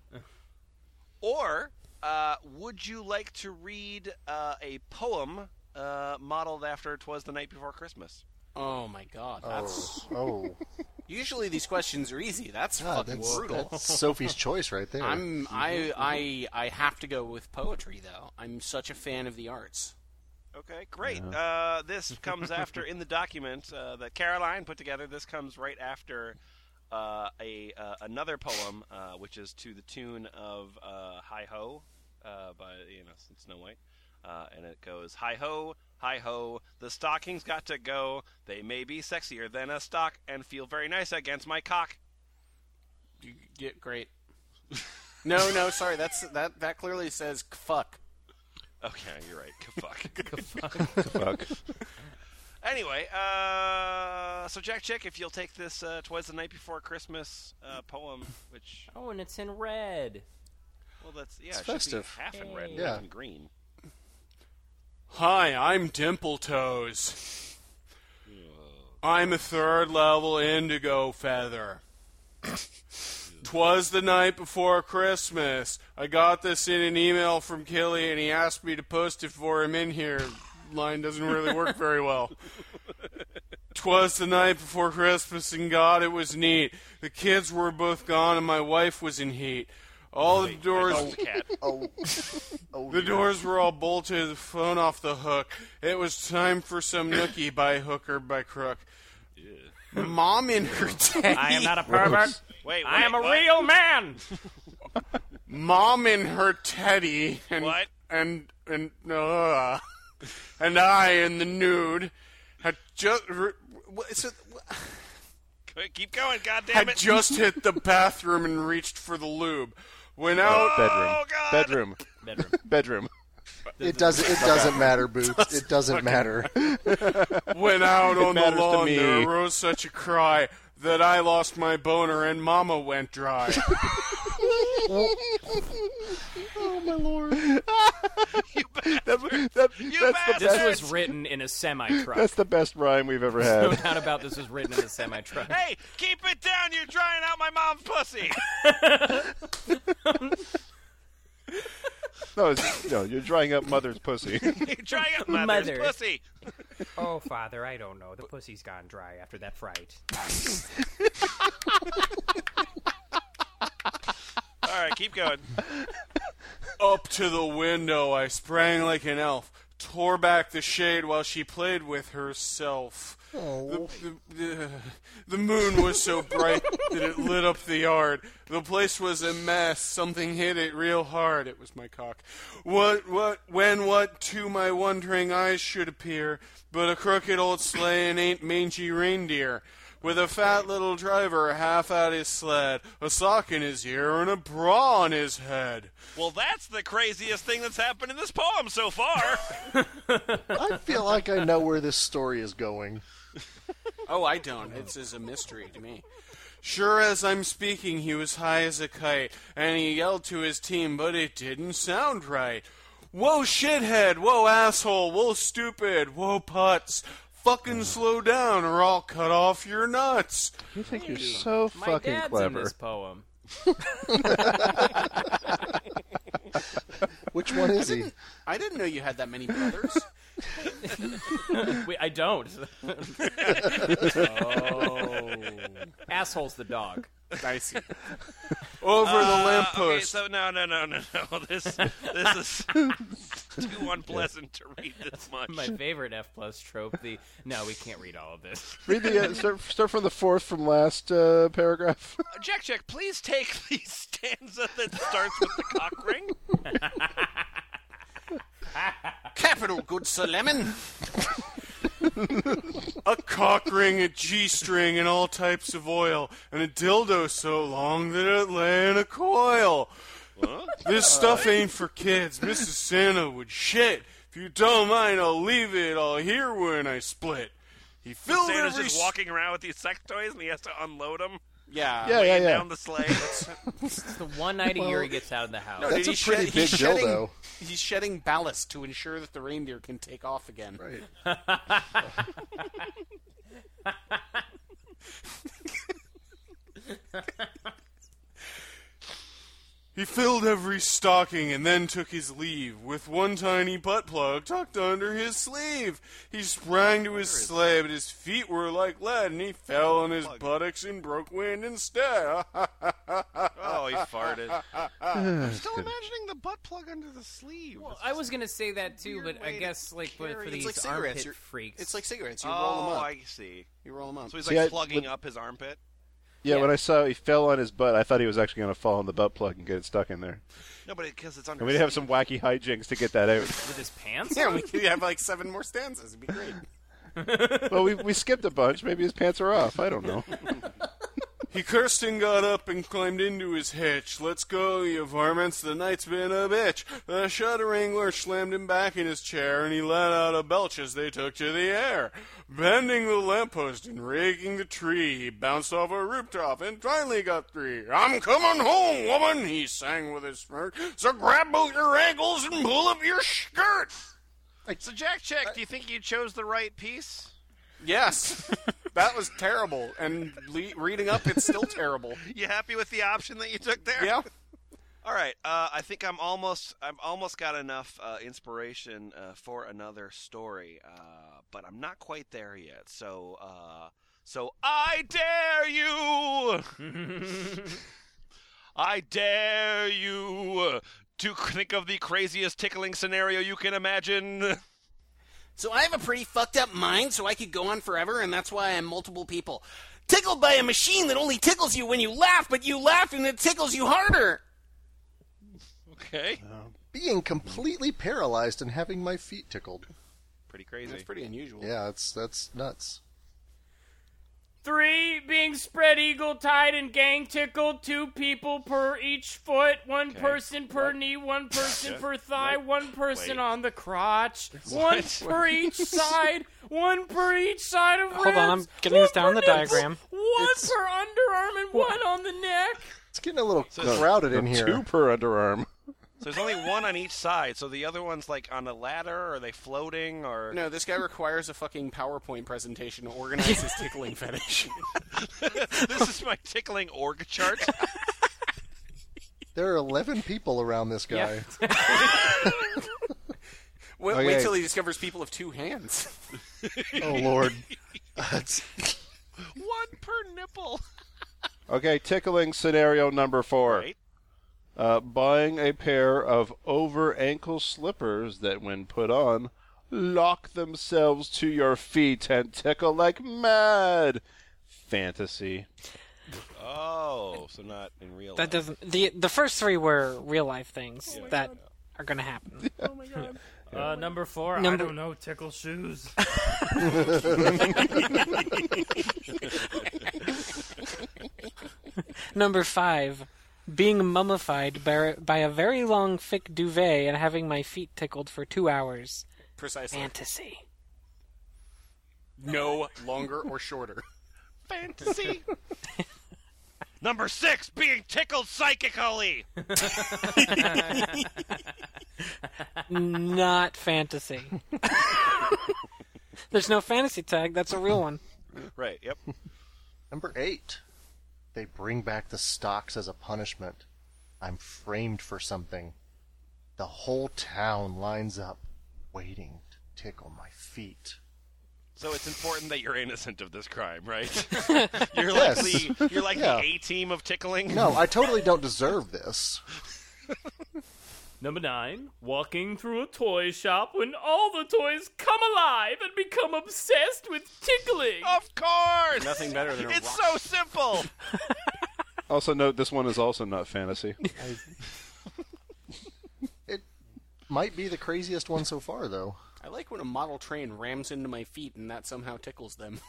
Speaker 1: or uh, would you like to read uh, a poem uh, modeled after Twas the Night Before Christmas?
Speaker 2: Oh my god. That's
Speaker 4: Oh,
Speaker 2: *laughs* usually these questions are easy. That's
Speaker 4: God,
Speaker 2: fucking
Speaker 4: that's,
Speaker 2: brutal.
Speaker 4: that's Sophie's choice right there.
Speaker 2: I'm I I I have to go with poetry though. I'm such a fan of the arts.
Speaker 1: Okay, great. Uh, this comes after in the document uh, that Caroline put together. This comes right after uh, a uh, another poem, uh, which is to the tune of uh, "Hi Ho" uh, by you know Snow White, uh, and it goes "Hi Ho, Hi Ho, the stockings got to go. They may be sexier than a stock and feel very nice against my cock."
Speaker 2: You get great. No, no, sorry. That's that that clearly says k- fuck.
Speaker 1: Okay, you're right.
Speaker 2: *laughs*
Speaker 1: Fuck.
Speaker 5: Fuck.
Speaker 1: Anyway, uh, so Jack Chick, if you'll take this uh, "Twas the Night Before Christmas" uh, poem, which
Speaker 9: Oh, and it's in red.
Speaker 1: well, that's yeah,
Speaker 4: It's
Speaker 1: it should be
Speaker 4: festive.
Speaker 1: half in red, and
Speaker 4: Yeah.
Speaker 1: half in green.
Speaker 2: Hi, I'm Dimple Toes. I'm a third level indigo feather. 'Twas the night before Christmas. I got this in an email from Killy, and he asked me to post it for him in here. Line doesn't really work very well. 'Twas the night before Christmas, and God, it was neat. The kids were both gone, and my wife was in heat. All the doors.
Speaker 4: Oh, oh
Speaker 2: The doors were all bolted, the phone off the hook. It was time for some nookie by hook or by crook. Mom in her teddy. *laughs*
Speaker 9: I am not a pervert.
Speaker 1: Wait, wait
Speaker 9: I am a
Speaker 1: what?
Speaker 9: real man.
Speaker 3: Mom and her teddy and
Speaker 1: What?
Speaker 3: and and uh, and I in the nude had just
Speaker 1: Keep going, goddamn
Speaker 3: had
Speaker 1: it!
Speaker 3: just
Speaker 1: *laughs*
Speaker 3: hit the bathroom and reached for the lube. Went
Speaker 5: Oh,
Speaker 3: out
Speaker 1: God.
Speaker 5: bedroom.
Speaker 9: Bedroom.
Speaker 5: Bedroom. *laughs* bedroom.
Speaker 2: It doesn't. It doesn't matter, Boots. It doesn't matter.
Speaker 3: went out on the
Speaker 5: matters to
Speaker 3: lawn.
Speaker 5: me.
Speaker 3: There arose such a cry that I lost my boner and Mama went dry.
Speaker 2: oh my lord!
Speaker 5: *laughs* That, that, that's, the
Speaker 9: This
Speaker 5: best,
Speaker 9: was written in a
Speaker 5: *laughs*
Speaker 9: semi truck.
Speaker 5: that's the best rhyme
Speaker 9: *laughs*
Speaker 5: we've ever
Speaker 9: No
Speaker 5: had.
Speaker 9: doubt about this was written in a semi
Speaker 1: *laughs*
Speaker 9: truck.
Speaker 1: Hey, keep it down! You're drying out my mom's
Speaker 3: *laughs*
Speaker 1: pussy.
Speaker 5: No, it's, no, you're drying up mother's pussy. *laughs*
Speaker 1: You're drying out mother's
Speaker 9: Mother.
Speaker 1: pussy.
Speaker 11: *laughs* Oh, father, I don't know. The pussy's gone dry after that fright.
Speaker 1: All right, keep going.
Speaker 3: Up to the window, I sprang like an elf, tore back the shade while she played with herself.
Speaker 2: Oh.
Speaker 3: The, the, *laughs* the moon was so bright that it lit up the yard. The place was a mess. Something hit it real hard. It was my cock. What, what, when, what, to my wondering eyes should appear, but a crooked old sleigh and eight mangy reindeer. With a fat little driver half out his sled, a sock in his ear, and a bra on his head.
Speaker 1: Well, that's the craziest thing that's happened in this poem so far.
Speaker 2: I feel like I know where this story is going.
Speaker 3: Oh, I don't. It's is a mystery to me. Sure as I'm speaking, he was high as a kite, and he yelled to his team, but it didn't sound right. Whoa, shithead! Whoa, asshole! Whoa, stupid! Whoa, putz! Fucking slow down, or I'll cut off your nuts.
Speaker 5: you think you're so
Speaker 9: My
Speaker 5: fucking
Speaker 9: dad's in
Speaker 5: clever.
Speaker 9: this poem.
Speaker 2: *laughs* Which one is he?
Speaker 3: I didn't know you had that many brothers.
Speaker 9: *laughs* *laughs* Wait, I
Speaker 3: *laughs*
Speaker 1: *laughs*
Speaker 9: don't. oh. Asshole's the
Speaker 1: *laughs*
Speaker 9: dog.
Speaker 3: I see. Over
Speaker 1: Uh,
Speaker 3: the
Speaker 1: Okay,
Speaker 3: lamppost.
Speaker 1: so no, no, no, no, no. *laughs* This this is
Speaker 9: *laughs*
Speaker 1: too unpleasant to read this much.
Speaker 9: My favorite F plus trope. The no, we can't read all of this.
Speaker 5: Read the
Speaker 11: *laughs*
Speaker 9: *laughs*
Speaker 5: uh, start, start from the fourth from last uh, paragraph. *laughs*
Speaker 1: Jack, Jack, please take *laughs* the stanza that starts with the cock *laughs* ring.
Speaker 3: Capital, good Sir
Speaker 5: *laughs*
Speaker 3: Lemon. a cock ring, a G string, and all types of oil, and a dildo so long that it lay in a coil. This stuff ain't for kids. Mrs. Santa would shit. If you don't mind, I'll leave it all here when I split. He filled
Speaker 1: Santa's
Speaker 3: every
Speaker 1: just
Speaker 3: s-
Speaker 1: walking around with these sex toys, and he has to unload them
Speaker 3: Yeah.
Speaker 5: Yeah, yeah, yeah.
Speaker 1: down the *laughs* sleigh.
Speaker 3: *laughs*
Speaker 9: It's the one night a year he gets out of the house.
Speaker 3: No,
Speaker 2: That's
Speaker 3: he
Speaker 2: a pretty
Speaker 3: shed-
Speaker 2: big
Speaker 3: he's shedding-
Speaker 2: dildo.
Speaker 3: He's shedding ballast to ensure that the reindeer can take off again.
Speaker 2: Right.
Speaker 3: He filled every stocking and then took his leave, with one tiny butt plug tucked under his sleeve. He sprang to his sleigh, but his feet were like lead, and he fell on his buttocks and broke wind instead. *laughs*
Speaker 1: oh, he farted. *laughs* I'm still imagining the butt plug under the sleeve.
Speaker 9: I was gonna say that too, but I
Speaker 1: way to
Speaker 9: guess like for, for
Speaker 1: carry-
Speaker 9: these
Speaker 1: It's
Speaker 9: armpit freaks,
Speaker 3: cigarettes. You
Speaker 1: oh, I see.
Speaker 3: *laughs* You roll them up.
Speaker 1: So he's
Speaker 5: See,
Speaker 1: like
Speaker 5: I-
Speaker 1: plugging
Speaker 5: with-
Speaker 1: up his armpit.
Speaker 5: Yeah, when I saw he fell on his butt, I thought he was actually going to fall on the butt plug and get it stuck in there.
Speaker 1: No, but because it's under.
Speaker 5: And we'd
Speaker 1: his
Speaker 5: have
Speaker 1: sleeve.
Speaker 5: some wacky hijinks to get that
Speaker 2: *laughs*
Speaker 5: out.
Speaker 9: with his pants.
Speaker 3: Yeah, we could have like seven more stanzas. It'd be
Speaker 4: *laughs*
Speaker 3: great.
Speaker 5: well, we, we skipped a bunch. Maybe his pants are off. I don't know.
Speaker 3: He cursed and got up and climbed into his hitch. Let's go, you varmints, the night's been a bitch. The shuddering lurch slammed him back in his chair, and he let out a belch as they took to the air. Bending the lamppost and raking the tree, he bounced off a rooftop and finally got three. I'm coming home, woman, he sang with a smirk. So grab both your ankles and pull up your skirt.
Speaker 1: So Jack, Jack, do you think you chose the right piece?
Speaker 3: Yes, that was terrible, and le- reading up, it's still terrible.
Speaker 1: You happy with the option that you took there?
Speaker 3: Yeah.
Speaker 1: *laughs* All right. Uh, I think I'm almost. I've almost got enough uh, inspiration uh, for another story, uh, but I'm not quite there yet. So, uh, so I dare you. *laughs* I dare you to think of the craziest tickling scenario you can imagine.
Speaker 3: So I have a pretty fucked up mind, so I could go on forever, and that's why I'm multiple people. Tickled by a machine that only tickles you when you laugh, but you laugh and it tickles you harder.
Speaker 1: Okay.
Speaker 4: Being completely paralyzed and having my feet tickled.
Speaker 1: Pretty crazy.
Speaker 2: That's pretty unusual.
Speaker 4: Yeah, it's that's nuts.
Speaker 9: Three being spread eagle tied and gang tickled. Two people per each foot. One person per knee. One person
Speaker 1: Gotcha.
Speaker 9: per thigh.
Speaker 1: Wait,
Speaker 9: One person
Speaker 1: wait.
Speaker 9: on the crotch. One
Speaker 1: What?
Speaker 9: per each side. One per each side of
Speaker 6: Hold on, I'm
Speaker 9: ribs,
Speaker 6: getting this
Speaker 9: one
Speaker 6: down
Speaker 9: per
Speaker 6: the
Speaker 9: nips,
Speaker 6: diagram.
Speaker 9: One per underarm and one on the neck.
Speaker 4: It's getting a little crowded in here.
Speaker 5: Two per underarm.
Speaker 1: So there's only one on each side. So the other one's like on a ladder. Or are they floating? Or *laughs*
Speaker 2: No, this guy requires a fucking PowerPoint presentation to organize his tickling
Speaker 3: *laughs*
Speaker 2: fetish.
Speaker 1: this is my tickling org
Speaker 4: *laughs*
Speaker 1: chart.
Speaker 4: There are eleven people around this guy. *laughs*
Speaker 2: *laughs* Wait, wait
Speaker 5: Okay.
Speaker 2: till he discovers people of two hands.
Speaker 4: Oh
Speaker 1: *laughs*
Speaker 4: lord. That's-
Speaker 1: one per nipple. *laughs*
Speaker 5: Okay, tickling scenario number four.
Speaker 1: Right.
Speaker 5: Uh, buying a pair of over ankle slippers that, when put on, lock themselves to your feet and tickle like mad. Fantasy.
Speaker 1: Oh, so not in real.
Speaker 6: That
Speaker 1: life.
Speaker 6: doesn't. The the first three were real life things that are going to happen.
Speaker 9: *laughs* Uh, number four.
Speaker 6: Number-
Speaker 9: I don't know. Tickle shoes.
Speaker 6: *laughs* Number five, being mummified by, by a very long thick duvet and having my feet tickled for two hours.
Speaker 2: Precisely.
Speaker 6: Fantasy.
Speaker 2: No longer or
Speaker 1: *laughs*
Speaker 2: shorter.
Speaker 1: fantasy. Number six, being
Speaker 6: *laughs*
Speaker 1: tickled psychically.
Speaker 6: *laughs* Not fantasy. There's no fantasy tag. That's a real one.
Speaker 1: Right. Yep.
Speaker 4: Number eight. They bring back the stocks as a punishment. I'm framed for something. The whole town lines up, waiting to tickle my feet.
Speaker 1: So it's important that you're innocent of this crime,
Speaker 6: *laughs*
Speaker 1: right? you're
Speaker 4: Yes.
Speaker 1: like the you're like
Speaker 4: Yeah.
Speaker 1: the A team of tickling.
Speaker 4: No, I totally don't deserve this.
Speaker 9: Number nine, walking through a toy shop when all the toys come alive and become obsessed with tickling.
Speaker 1: Of course.
Speaker 2: Nothing better than a
Speaker 1: It's
Speaker 2: rock.
Speaker 1: so *laughs* simple.
Speaker 5: Also, note this one is also not fantasy.
Speaker 4: It might be the craziest one so far, though.
Speaker 2: I like when a model train rams into my feet and that somehow tickles them.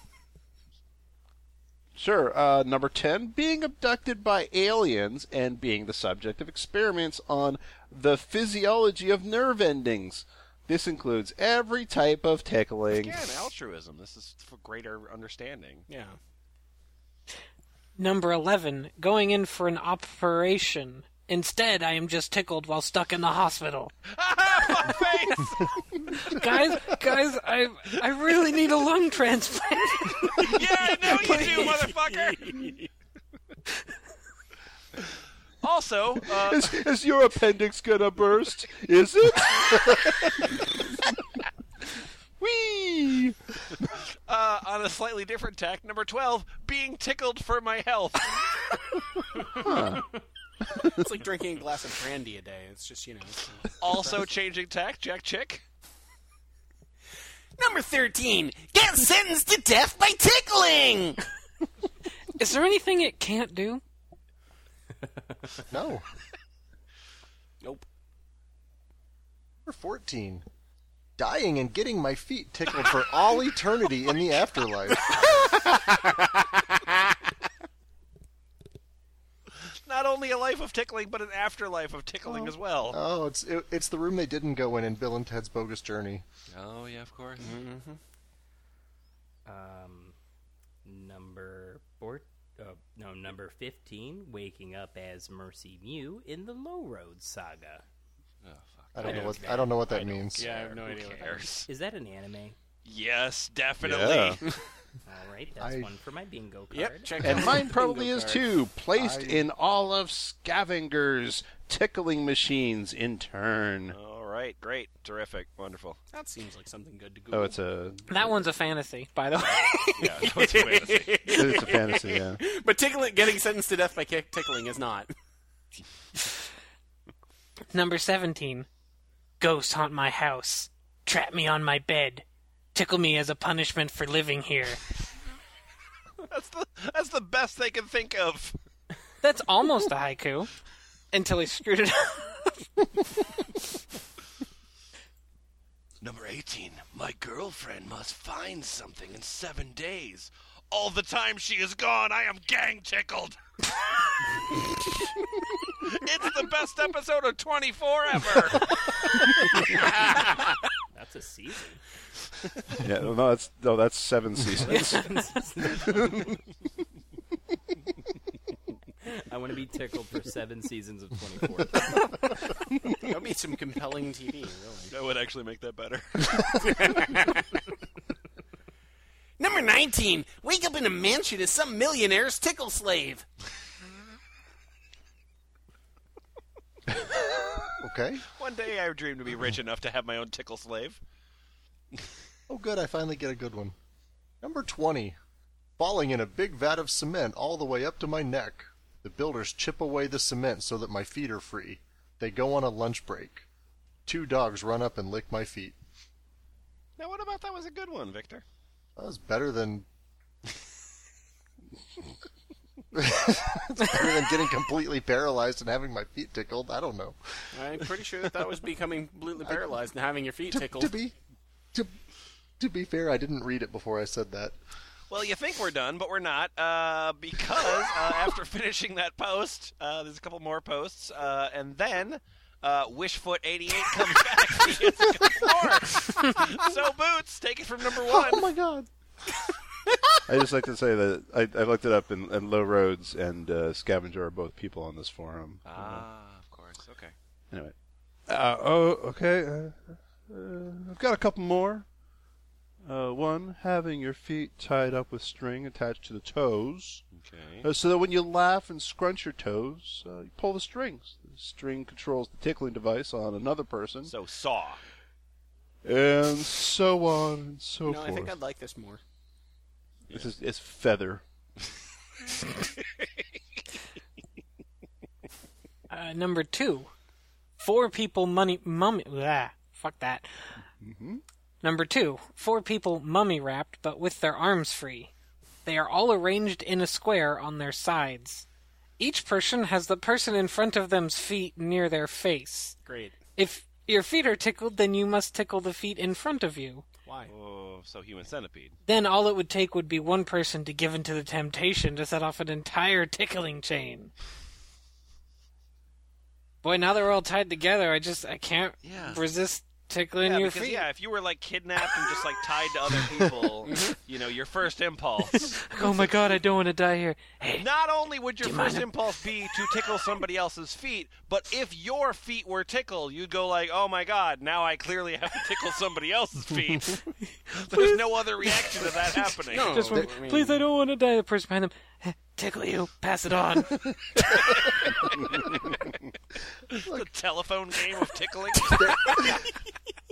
Speaker 5: Sure. Uh, number 10, being abducted by aliens and being the subject of experiments on the physiology of nerve endings. This includes every type of tickling.
Speaker 1: Again, altruism. This is for greater understanding.
Speaker 2: Yeah.
Speaker 6: Number 11, going in for an operation. Instead, I am just tickled while stuck in the hospital. *laughs* guys, guys, I I really need a lung transplant.
Speaker 1: *laughs* yeah, I know Ah, you
Speaker 6: *laughs*
Speaker 1: do, motherfucker. also, uh,
Speaker 5: *laughs* Is, is your appendix gonna burst? Is
Speaker 1: *laughs*
Speaker 5: it? Whee!
Speaker 1: *laughs* uh, on a slightly different tack, number twelve, being tickled for my health. *laughs*
Speaker 2: It's like drinking a glass of brandy a day. It's just, you know.
Speaker 1: also changing tack, Jack Chick.
Speaker 2: Number 13. Get sentenced to death by tickling!
Speaker 6: Is there anything it can't do?
Speaker 4: No.
Speaker 2: Nope.
Speaker 4: Number 14. Dying and getting my feet tickled for all eternity in the afterlife.
Speaker 1: Not only a life of tickling, but an afterlife of tickling as well.
Speaker 4: Oh, it's it, it's the room they didn't go in in Bill and Ted's Bogus Journey.
Speaker 1: Oh yeah, of course.
Speaker 5: Mm-hmm.
Speaker 9: Um,
Speaker 1: *laughs*
Speaker 9: number four. Uh, no, number fifteen. Waking up as Mercy Mew in the Low Road Saga.
Speaker 4: I don't know what I don't know what that means.
Speaker 2: Oh, Yeah, I have no idea what that is.
Speaker 9: Is that an anime?
Speaker 1: Yes, definitely.
Speaker 9: *laughs* All right, that's
Speaker 4: I-
Speaker 9: one for my bingo card.
Speaker 2: Yep, check
Speaker 5: And
Speaker 2: out
Speaker 5: mine
Speaker 2: the
Speaker 5: probably
Speaker 2: bingo
Speaker 5: is
Speaker 2: card.
Speaker 5: too. Placed in all of Scavenger's tickling machines in turn.
Speaker 1: All right, great, terrific, wonderful.
Speaker 2: That seems like something good to Google.
Speaker 5: Oh, it's a
Speaker 6: That one's a fantasy, by the way.
Speaker 1: *laughs* Yeah, so it's fantasy.
Speaker 2: *laughs*
Speaker 5: it's a fantasy. Yeah.
Speaker 2: But tickling, getting sentenced to death by kick, tickling is not.
Speaker 6: Number 17, ghosts haunt my house, trap me on my bed, tickle me as a punishment for living here.
Speaker 1: *laughs* That's the that's the best they can think of.
Speaker 6: That's almost a haiku until he screwed it up.
Speaker 1: Number 18. My girlfriend must find something in seven days. All the time she is gone, I am gang tickled. *laughs* it's the best episode of 24 ever.
Speaker 5: *laughs*
Speaker 9: That's a season.
Speaker 5: yeah, no, that's no, that's
Speaker 9: *laughs*
Speaker 7: *laughs*
Speaker 5: seven seasons. *laughs*
Speaker 9: *laughs* I want to be tickled for seven seasons of
Speaker 2: *laughs*
Speaker 9: 24.
Speaker 2: That'd be some compelling TV, really.
Speaker 1: that would actually
Speaker 5: *laughs*
Speaker 1: make
Speaker 2: *laughs*
Speaker 1: that better.
Speaker 2: Number 19. Wake up in a mansion as some millionaire's tickle slave.
Speaker 4: Okay.
Speaker 1: One day I dream to be rich enough to have my own tickle slave.
Speaker 4: Oh, good. I finally get a good one. Number 20. Falling in a big vat of cement all the way up to my neck. The builders chip away the cement so that my feet are free. They go on a lunch break. Two dogs run up and lick my feet.
Speaker 1: Now, what about that was a good one, Victor?
Speaker 4: That was better than. *laughs* it's better than getting completely paralyzed and having my feet tickled. I don't know.
Speaker 2: I'm pretty sure that, that was becoming completely paralyzed and having your feet
Speaker 4: To,
Speaker 2: tickled.
Speaker 4: to be, to, to be fair, I didn't read it before I said that.
Speaker 1: Well, you think we're done, but we're not, uh, because uh, *laughs* after finishing that post, uh, there's a couple more posts, uh, and then uh, Wishfoot88 comes back. *laughs* He gets a couple more. so, Boots, take it from number one.
Speaker 4: Oh my god!
Speaker 5: I just like to say that I, I looked it up, and, and Low Roads and uh, Scavenger are both people on this forum.
Speaker 1: Ah, of course. Okay.
Speaker 5: Anyway. Uh, oh, okay. Uh, uh, I've got a couple more. Uh, one, having your feet tied up with string attached to the toes,
Speaker 1: Okay.
Speaker 5: uh, so that when you laugh and scrunch your toes, uh, you pull the strings. The string controls the tickling device on another person,
Speaker 1: So, Saw.
Speaker 5: and so on and so
Speaker 2: no,
Speaker 5: forth.
Speaker 2: I think I'd like this more.
Speaker 5: This is
Speaker 2: *laughs*
Speaker 5: it's feather.
Speaker 6: Uh, number two, four people money mummy. Blah, fuck that. Number two, four people mummy wrapped but with their arms free. They are all arranged in a square on their sides. Each person has the person in front of them's feet near their face.
Speaker 2: Great.
Speaker 6: If your feet are tickled, then you must tickle the feet in front of you.
Speaker 2: Why?
Speaker 1: Oh, so Human Centipede.
Speaker 6: Then all it would take would be one person to give in to the temptation to set off an entire tickling chain. Boy, now they're all tied together. I just I can't
Speaker 1: Yeah.
Speaker 6: resist tickling
Speaker 1: Yeah,
Speaker 6: your
Speaker 1: because,
Speaker 6: feet.
Speaker 1: yeah, if you were, like, kidnapped and just, like, tied
Speaker 6: *laughs*
Speaker 1: to other people, you know, your first impulse.
Speaker 6: Oh my god, I don't want to die here. Hey,
Speaker 1: Not only would your
Speaker 6: Do you
Speaker 1: first
Speaker 6: mind-
Speaker 1: impulse be to tickle somebody else's feet, but if your feet were tickled, you'd go like, "Oh my god, now I clearly have to tickle somebody
Speaker 6: *laughs*
Speaker 1: else's feet." There's no other reaction to that happening.
Speaker 6: just one- please, I don't want to die. The person behind them, "Eh, tickle you, pass it on.
Speaker 1: *laughs* The telephone game
Speaker 6: *laughs*
Speaker 1: of tickling.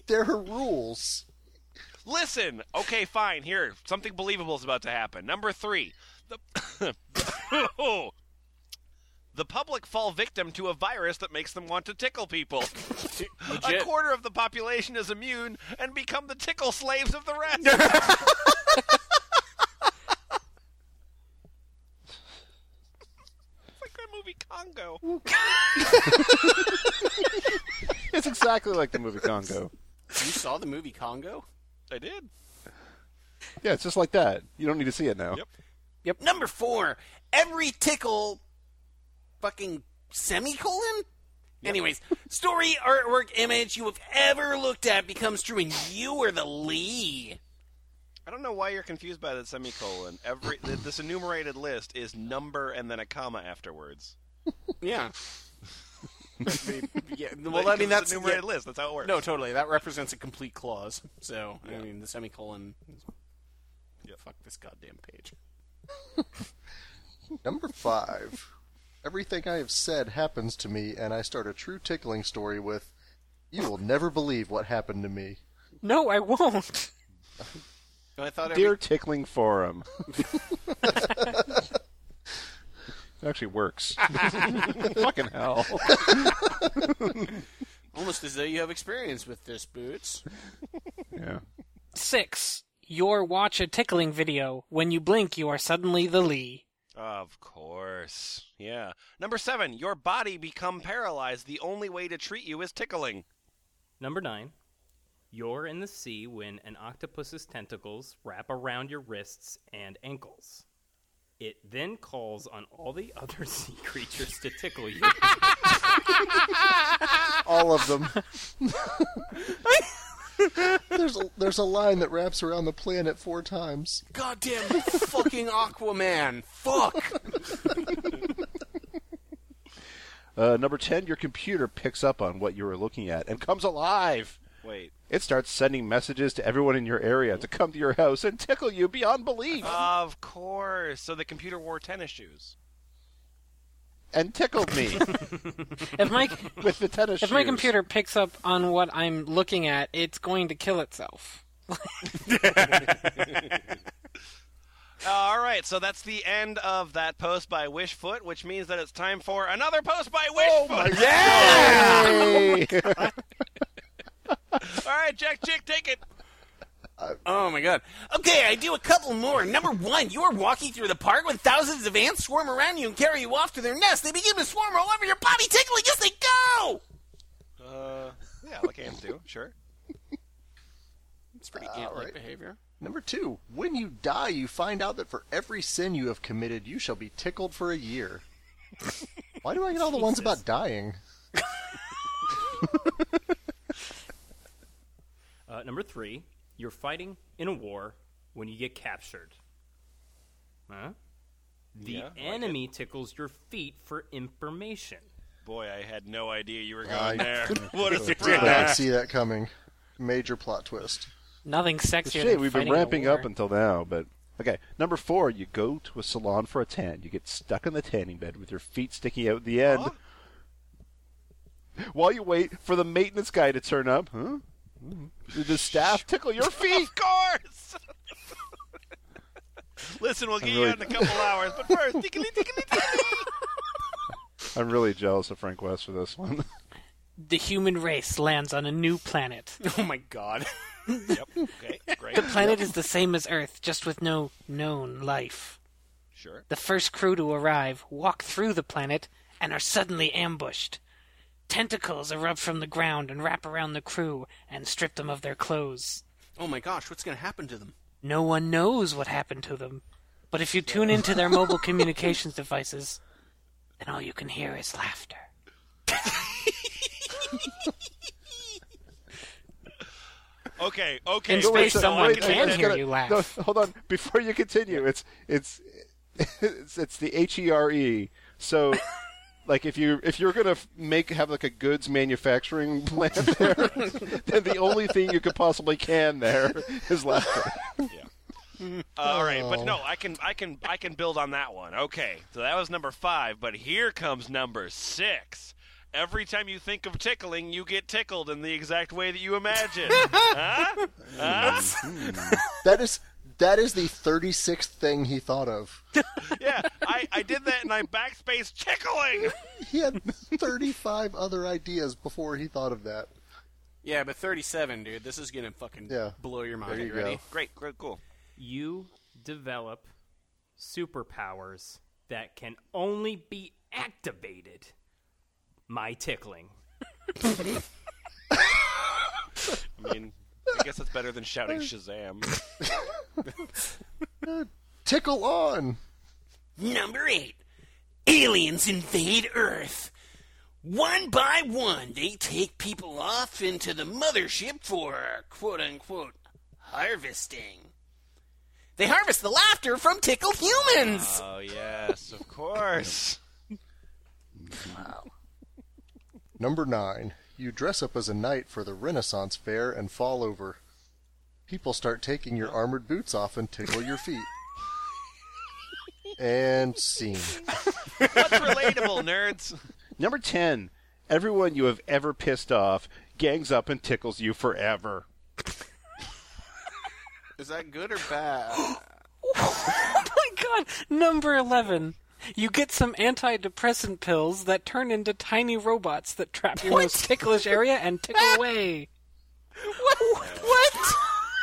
Speaker 4: There are rules.
Speaker 1: Listen, okay, fine. Here, something believable is about to happen. Number three, the *coughs* the public fall victim to a virus that makes them want to tickle people. A quarter of the population is immune and become the tickle slaves of the rest. It's like that movie Congo.
Speaker 5: It's exactly like the
Speaker 2: *laughs*
Speaker 5: movie Congo.
Speaker 2: You saw the movie Congo?
Speaker 1: I did.
Speaker 5: Yeah, it's just like that. You don't need to see it now.
Speaker 1: Yep.
Speaker 2: Yep. Number four. Every tickle. Fucking semicolon? Anyways, story, artwork, image you have ever looked at becomes true, and you are the Lee.
Speaker 1: I don't know why you're confused by the semicolon.
Speaker 2: *laughs*
Speaker 1: Every th- this enumerated list is number and then a comma afterwards.
Speaker 2: *laughs* Yeah. yeah. Well,
Speaker 1: Like,
Speaker 2: I mean
Speaker 1: 'cause
Speaker 2: that's
Speaker 1: it's an
Speaker 2: yeah.
Speaker 1: enumerated list. That's how it works.
Speaker 2: No, totally. That represents a complete clause. So I mean, the semicolon. is- Fuck this goddamn page.
Speaker 4: Number five. Everything I have said happens to me, and I start a true tickling story with, "You will never believe what happened to me."
Speaker 6: No, I won't.
Speaker 2: I thought
Speaker 5: Dear Tickling Forum. it
Speaker 2: *laughs*
Speaker 5: actually works. Fucking hell.
Speaker 2: almost as though you have experience with this, Boots.
Speaker 5: Yeah.
Speaker 6: Six. Your watch a tickling video. When you blink, you are suddenly the Lee.
Speaker 1: Of course. Yeah. Number seven, your body become paralyzed. The only way to treat you is tickling.
Speaker 9: Number nine, you're in the sea when an octopus's tentacles wrap around your wrists and ankles. It then calls on all the other *laughs* sea creatures to tickle you.
Speaker 4: *laughs* All of them. *laughs* there's a, there's a line that wraps around the planet four times.
Speaker 2: Goddamn fucking Aquaman. Fuck.
Speaker 5: Uh, number 10, your computer picks up on what you were looking at and comes alive.
Speaker 1: Wait.
Speaker 5: It starts sending messages to everyone in your area to come to your house and tickle you beyond belief
Speaker 1: Of course. So the computer wore tennis shoes.
Speaker 5: and tickled me
Speaker 6: *laughs* If my
Speaker 5: *laughs* with the tennis
Speaker 6: if my
Speaker 5: shoes.
Speaker 6: computer picks up on what I'm looking at, it's going to kill
Speaker 1: *laughs*
Speaker 6: itself.
Speaker 1: Uh, All right. So that's the end of that post by Wishfoot, which means that it's time for another post by
Speaker 2: Oh
Speaker 1: Wishfoot.
Speaker 5: Hey!
Speaker 1: *laughs* All right, Jack Chick, take it.
Speaker 2: Oh my god. Okay, I do a couple more. Number one, you are walking through the park when thousands of ants swarm around you and carry you off to their nest. They begin to swarm all over your body, tickling as they go.
Speaker 1: Uh, yeah, like ants do. Sure.
Speaker 2: It's pretty ant-like behavior.
Speaker 4: Number two, when you die, you find out that for every sin you have committed, you shall be tickled for a year. Why do I get all the ones about
Speaker 1: *laughs*
Speaker 4: dying?
Speaker 9: Uh, number three, you're fighting in a war when you get captured. Huh? The enemy tickles your feet for information.
Speaker 1: Boy, I had no idea you were going
Speaker 4: I-
Speaker 1: there. *laughs* what a
Speaker 4: Did
Speaker 1: surprise!
Speaker 4: not see that coming. Major plot twist.
Speaker 6: Nothing sexier.
Speaker 5: Shit,
Speaker 6: than
Speaker 5: we've been
Speaker 6: fighting in a
Speaker 5: ramping
Speaker 6: war.
Speaker 5: up until now, but okay. Number four, you go to a salon for a tan. You get stuck in the tanning bed with your feet sticking out the end. While you wait for the maintenance guy to turn up, huh? Mhm. The staff tickle your feet.
Speaker 1: *laughs* Of course. Listen, we'll get you
Speaker 5: really-
Speaker 1: out in a couple hours, but first, tickly, tickly, tickly.
Speaker 5: *laughs* I'm really jealous of Frank West for this one.
Speaker 6: The human race lands on a new
Speaker 1: *laughs*
Speaker 6: planet.
Speaker 2: Oh my
Speaker 6: *laughs*
Speaker 2: god.
Speaker 1: yep. Okay. Great.
Speaker 6: The planet is the same as Earth, just with no known life.
Speaker 1: Sure.
Speaker 6: The first crew to arrive walk through the planet and are suddenly ambushed. Tentacles erupt from the ground and wrap around the crew and strip them of their clothes.
Speaker 2: Oh my gosh, what's going to happen to them?
Speaker 6: No one knows what happened to them. But if you tune into their mobile communications devices, then all you can hear is laughter.
Speaker 1: Okay. Okay.
Speaker 6: In space,
Speaker 5: so-
Speaker 6: someone
Speaker 5: wait, I-
Speaker 6: can
Speaker 5: I just
Speaker 6: hear
Speaker 5: gotta-
Speaker 6: you laugh.
Speaker 5: No, hold on. Before you continue, it's it's *laughs* it's, it's the H E R E.
Speaker 6: *laughs*
Speaker 5: So, like, if you if you're gonna f- make have like a goods manufacturing *laughs* plant there, then the only thing you could possibly can there *laughs* is laughter.
Speaker 6: Uh,
Speaker 1: All right, but no,
Speaker 5: Oh.
Speaker 1: I can, I can, I can build on that one. Okay, so that was number five, but here comes number six. Every time you think of tickling, you get tickled in the exact way that you
Speaker 5: *laughs*
Speaker 1: imagine. huh? Huh?
Speaker 4: Hmm. That is that is the thirty sixth thing he thought of.
Speaker 1: Yeah, I, I did that, and I backspace tickling.
Speaker 4: He had thirty five other ideas before he thought of that.
Speaker 2: Yeah, but 37, dude. This is going to fucking
Speaker 4: Yeah.
Speaker 2: blow your mind.
Speaker 4: There you
Speaker 2: ready?
Speaker 4: go.
Speaker 1: Great, great, cool.
Speaker 9: You develop superpowers that can only *laughs* be activated by
Speaker 1: *laughs*
Speaker 9: tickling.
Speaker 1: I mean, I guess that's better than shouting Shazam.
Speaker 4: Tickle on.
Speaker 2: Number eight Aliens invade Earth. One by one, they take people off into the mothership for quote unquote harvesting. They harvest the laughter from tickled humans.
Speaker 1: Oh yes, of course.
Speaker 4: Number nine. You dress up as a knight for the Renaissance fair and fall over. People start taking your armored boots off and tickle your feet. and *laughs* scene.
Speaker 1: What's *laughs* relatable, nerds?
Speaker 5: *laughs* Number ten, everyone you have ever pissed off gangs up and tickles you forever.
Speaker 2: Uh, Is that good or bad?
Speaker 6: *laughs* Oh my god! Number 11. You get some antidepressant pills that turn into tiny robots that trap your most ticklish area and tickle *laughs* away.
Speaker 2: what? what?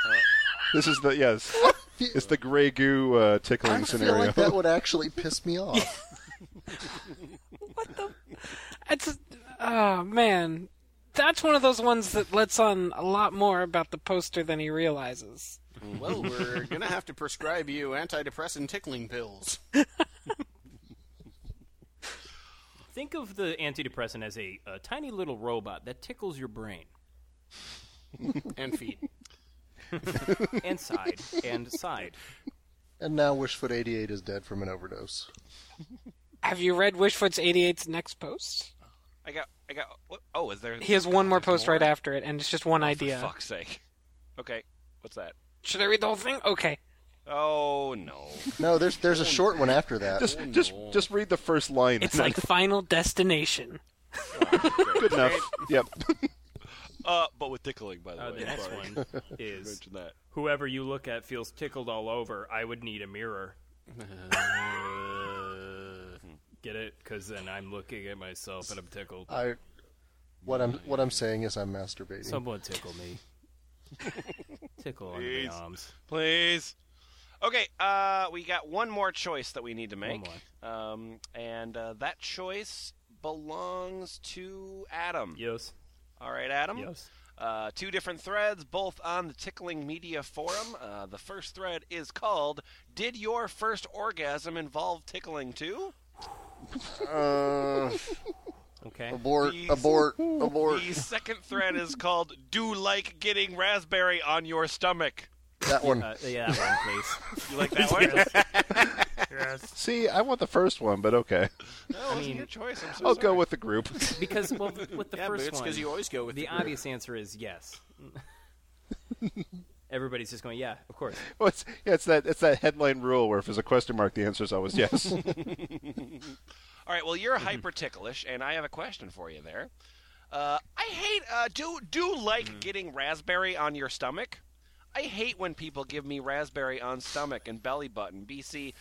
Speaker 6: *laughs*
Speaker 5: This is the yes.
Speaker 4: feel,
Speaker 8: It's the gray goo uh, tickling
Speaker 4: I feel
Speaker 8: scenario.
Speaker 4: like that would actually piss me off.
Speaker 6: It's oh man, that's one of those ones that lets on a lot more about the poster than he realizes.
Speaker 2: *gasps* Well, we're
Speaker 6: *laughs*
Speaker 2: gonna have to prescribe you antidepressant tickling pills.
Speaker 9: Think of the antidepressant as a, a tiny little robot that tickles your brain
Speaker 2: and *laughs* feet.
Speaker 9: and side and side.
Speaker 4: *laughs* And now Wishfoot 88 is dead from an overdose.
Speaker 6: Have you read Wishfoot's 88's next post?
Speaker 1: I got, I got. What? Oh, is there?
Speaker 6: He has one more
Speaker 1: there's
Speaker 6: post right after it, and it's just one
Speaker 1: For
Speaker 6: idea.
Speaker 1: fuck's sake. Okay, what's that?
Speaker 6: Should I read the whole thing? Okay.
Speaker 1: Oh no.
Speaker 4: No, there's there's a short one after that.
Speaker 8: just, just, just read the first line.
Speaker 6: It's like Final Destination.
Speaker 2: *laughs*
Speaker 8: good enough. yep.
Speaker 1: *laughs* Uh, but with tickling, by the
Speaker 9: Uh,
Speaker 1: way.
Speaker 9: the next
Speaker 1: Sorry. *laughs*
Speaker 9: one is
Speaker 1: Mention that.
Speaker 9: whoever you look at feels tickled all over. I would need a
Speaker 1: *laughs*
Speaker 9: mirror. Get it? Because then I'm looking at myself and I'm tickled.
Speaker 4: I, what I'm what I'm saying is I'm masturbating.
Speaker 9: Someone tickle me. tickle under
Speaker 1: Please.
Speaker 9: my arms.
Speaker 1: please. Okay, uh, we got one more choice that we need to make, um, and uh, that choice belongs to Adam.
Speaker 9: Yes.
Speaker 1: All right, Adam.
Speaker 9: Yes.
Speaker 1: Uh, two different threads, both on the Tickling Media forum. Uh, the first thread is called "Did your first orgasm involve tickling too?"
Speaker 9: Okay.
Speaker 4: Uh, abort,
Speaker 1: Please.
Speaker 4: abort, abort.
Speaker 1: The second thread is called "Do like getting raspberry on your stomach."
Speaker 4: That one.
Speaker 9: Uh, yeah, that one, please.
Speaker 1: You like *laughs* that
Speaker 9: *laughs*
Speaker 1: one?
Speaker 8: See, I want the first one, but okay,
Speaker 1: That wasn't
Speaker 9: mean,
Speaker 1: your choice. I'm so
Speaker 8: I'll
Speaker 1: sorry.
Speaker 8: go with the group.
Speaker 9: *laughs* Because well,
Speaker 1: *laughs*
Speaker 9: th- with the
Speaker 2: Yeah,
Speaker 9: first
Speaker 2: boots,
Speaker 9: one,
Speaker 2: because you always go with
Speaker 9: the
Speaker 2: the, group.
Speaker 9: obvious answer is
Speaker 8: *laughs*
Speaker 9: yes. Everybody's just going, yeah, of course.
Speaker 8: Well, it's, yeah, it's that it's that headline rule where if there's a question mark, the answer is
Speaker 9: *laughs*
Speaker 8: always
Speaker 1: *laughs*
Speaker 8: yes.
Speaker 1: All right. Well, you're hyper ticklish, and I have a question for you there. Uh, I hate uh, do do like getting raspberry on your stomach. I hate when people give me raspberry on stomach and belly button. BC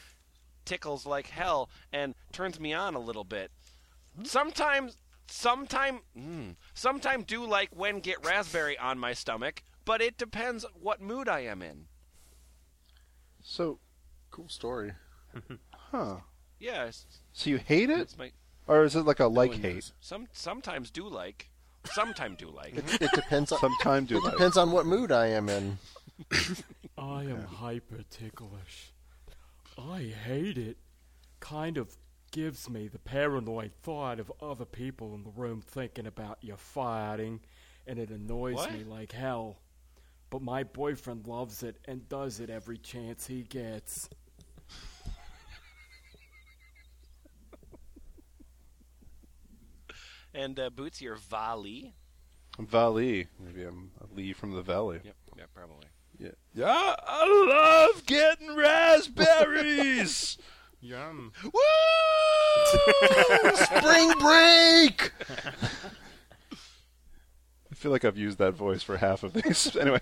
Speaker 1: tickles like hell and turns me on a little bit. Sometimes, sometime, mm, sometime do like when get raspberry on my stomach, but it depends what mood I am in.
Speaker 8: so,
Speaker 4: cool
Speaker 9: *laughs*
Speaker 4: story.
Speaker 8: huh?
Speaker 1: Yes,
Speaker 8: So you hate it,
Speaker 1: it's my
Speaker 8: or is it like a like hate?
Speaker 1: some sometimes do like, sometime do like.
Speaker 4: It depends on
Speaker 8: Sometime do
Speaker 4: it
Speaker 8: like.
Speaker 4: depends on what mood I am in.
Speaker 10: I am hyper ticklish. I hate it. Kind of gives me the paranoid thought of other people in the room thinking about you farting, and it annoys
Speaker 1: What?
Speaker 10: me like hell. But my boyfriend loves it and does it every chance he gets.
Speaker 1: And uh, Boots, your volley.
Speaker 8: Valley. Maybe I'm a Lee from the valley.
Speaker 1: Yep, yeah, probably.
Speaker 8: Yeah. yeah. I love
Speaker 1: *laughs*
Speaker 8: getting raspberries. *laughs*
Speaker 9: Yum.
Speaker 4: Spring break.
Speaker 8: I feel like I've used that voice for half of these. *laughs* anyway,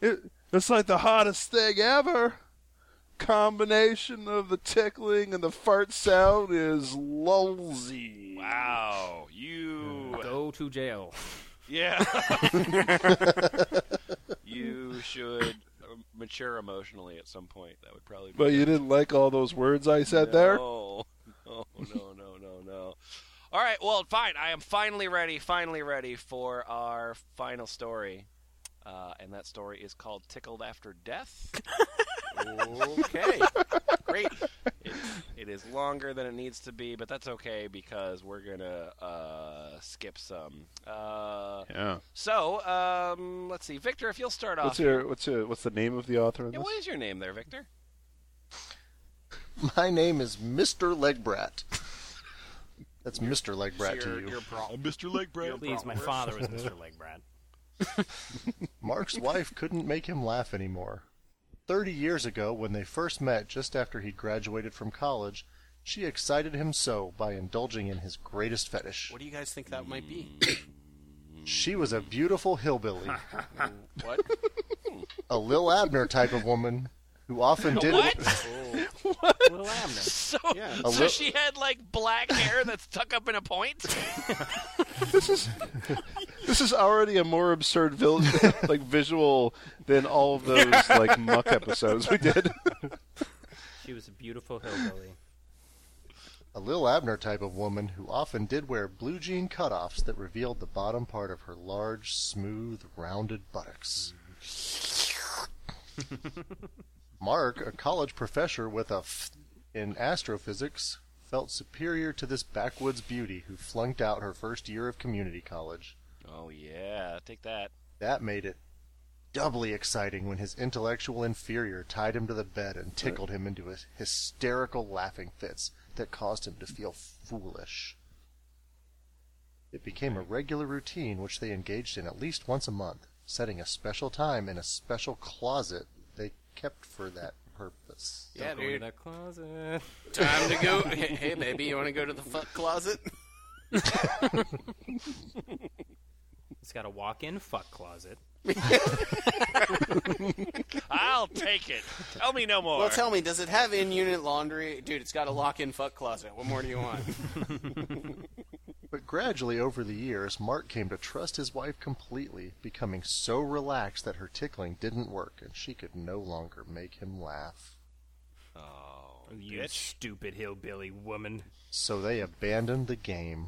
Speaker 8: it, it's like the hottest thing ever. Combination of the tickling and the fart sound is lulzy.
Speaker 1: Wow, you.
Speaker 9: Go to jail.
Speaker 8: *laughs*
Speaker 1: Yeah. you should uh, mature emotionally at some point. That would probably. Be
Speaker 8: But you
Speaker 1: good.
Speaker 8: didn't like all those words I said there?
Speaker 1: *laughs* No, no, no, no, no, no. All right, well, fine. I am finally ready, finally ready for our final story. Uh, and that story is called Tickled After Death.
Speaker 2: Okay, great.
Speaker 1: it, it is longer than it needs to be, but that's okay because we're gonna uh, skip some. Uh,
Speaker 8: Yeah.
Speaker 1: so um, let's see, Victor, if you'll start off.
Speaker 8: What's your what's your what's the name of the author in
Speaker 1: Yeah,
Speaker 8: this?
Speaker 1: what is your name there, Victor?
Speaker 4: My name is Mr. Legbrat. That's Mr. Legbrat to you.
Speaker 1: Mr. Legbrat.
Speaker 9: Please, my father
Speaker 1: *laughs*
Speaker 9: was Mr. Legbrad.
Speaker 4: Mark's wife couldn't make him laugh anymore. Thirty years ago, when they first met just after he graduated from college, she excited him so by indulging in his greatest fetish.
Speaker 2: What do you guys think that might be?
Speaker 4: She was a beautiful hillbilly,
Speaker 1: What?
Speaker 2: *laughs*
Speaker 4: a Lil Abner type of woman who often did
Speaker 1: what?
Speaker 4: *laughs*
Speaker 2: Little Abner.
Speaker 1: So,
Speaker 2: Yeah.
Speaker 1: so
Speaker 5: lit-
Speaker 1: she had like black hair that's tucked up in a point.
Speaker 5: this is *laughs* this is already a more absurd vil- *laughs* like visual than all of
Speaker 2: *laughs*
Speaker 5: those like muck episodes we did.
Speaker 4: *laughs*
Speaker 9: She was a beautiful hillbilly.
Speaker 4: A Lil Abner type of woman who often did wear blue jean cutoffs that revealed the bottom part of her large, smooth, rounded buttocks. Mark, a college professor with a F in astrophysics, felt superior to this backwoods beauty who flunked out her first year of community college.
Speaker 1: Oh yeah, take that.
Speaker 4: That made it doubly exciting when his intellectual inferior tied him to the bed and tickled him into his hysterical laughing fits that caused him to feel foolish. It became a regular routine which they engaged in at least once a month, setting a special time in a special closet they kept for that purpose.
Speaker 2: Yeah,
Speaker 9: Go to
Speaker 2: dude.
Speaker 9: the closet.
Speaker 2: Time to go. Hey, hey, baby, you want to go to the fuck
Speaker 9: *laughs*
Speaker 2: closet?
Speaker 9: It's got a walk-in fuck
Speaker 2: *laughs*
Speaker 9: closet. *laughs*
Speaker 1: I'll take it. Tell me no more.
Speaker 2: Well, tell me, does it have in-unit laundry? Dude, it's got a lock-in fuck closet. What more do you want?
Speaker 4: *laughs* But gradually over the years, Mark came to trust his wife completely, becoming so relaxed that her tickling didn't work and she could no longer make him laugh.
Speaker 1: oh,
Speaker 9: You
Speaker 1: bitch.
Speaker 9: stupid hillbilly woman.
Speaker 4: So they abandoned the game.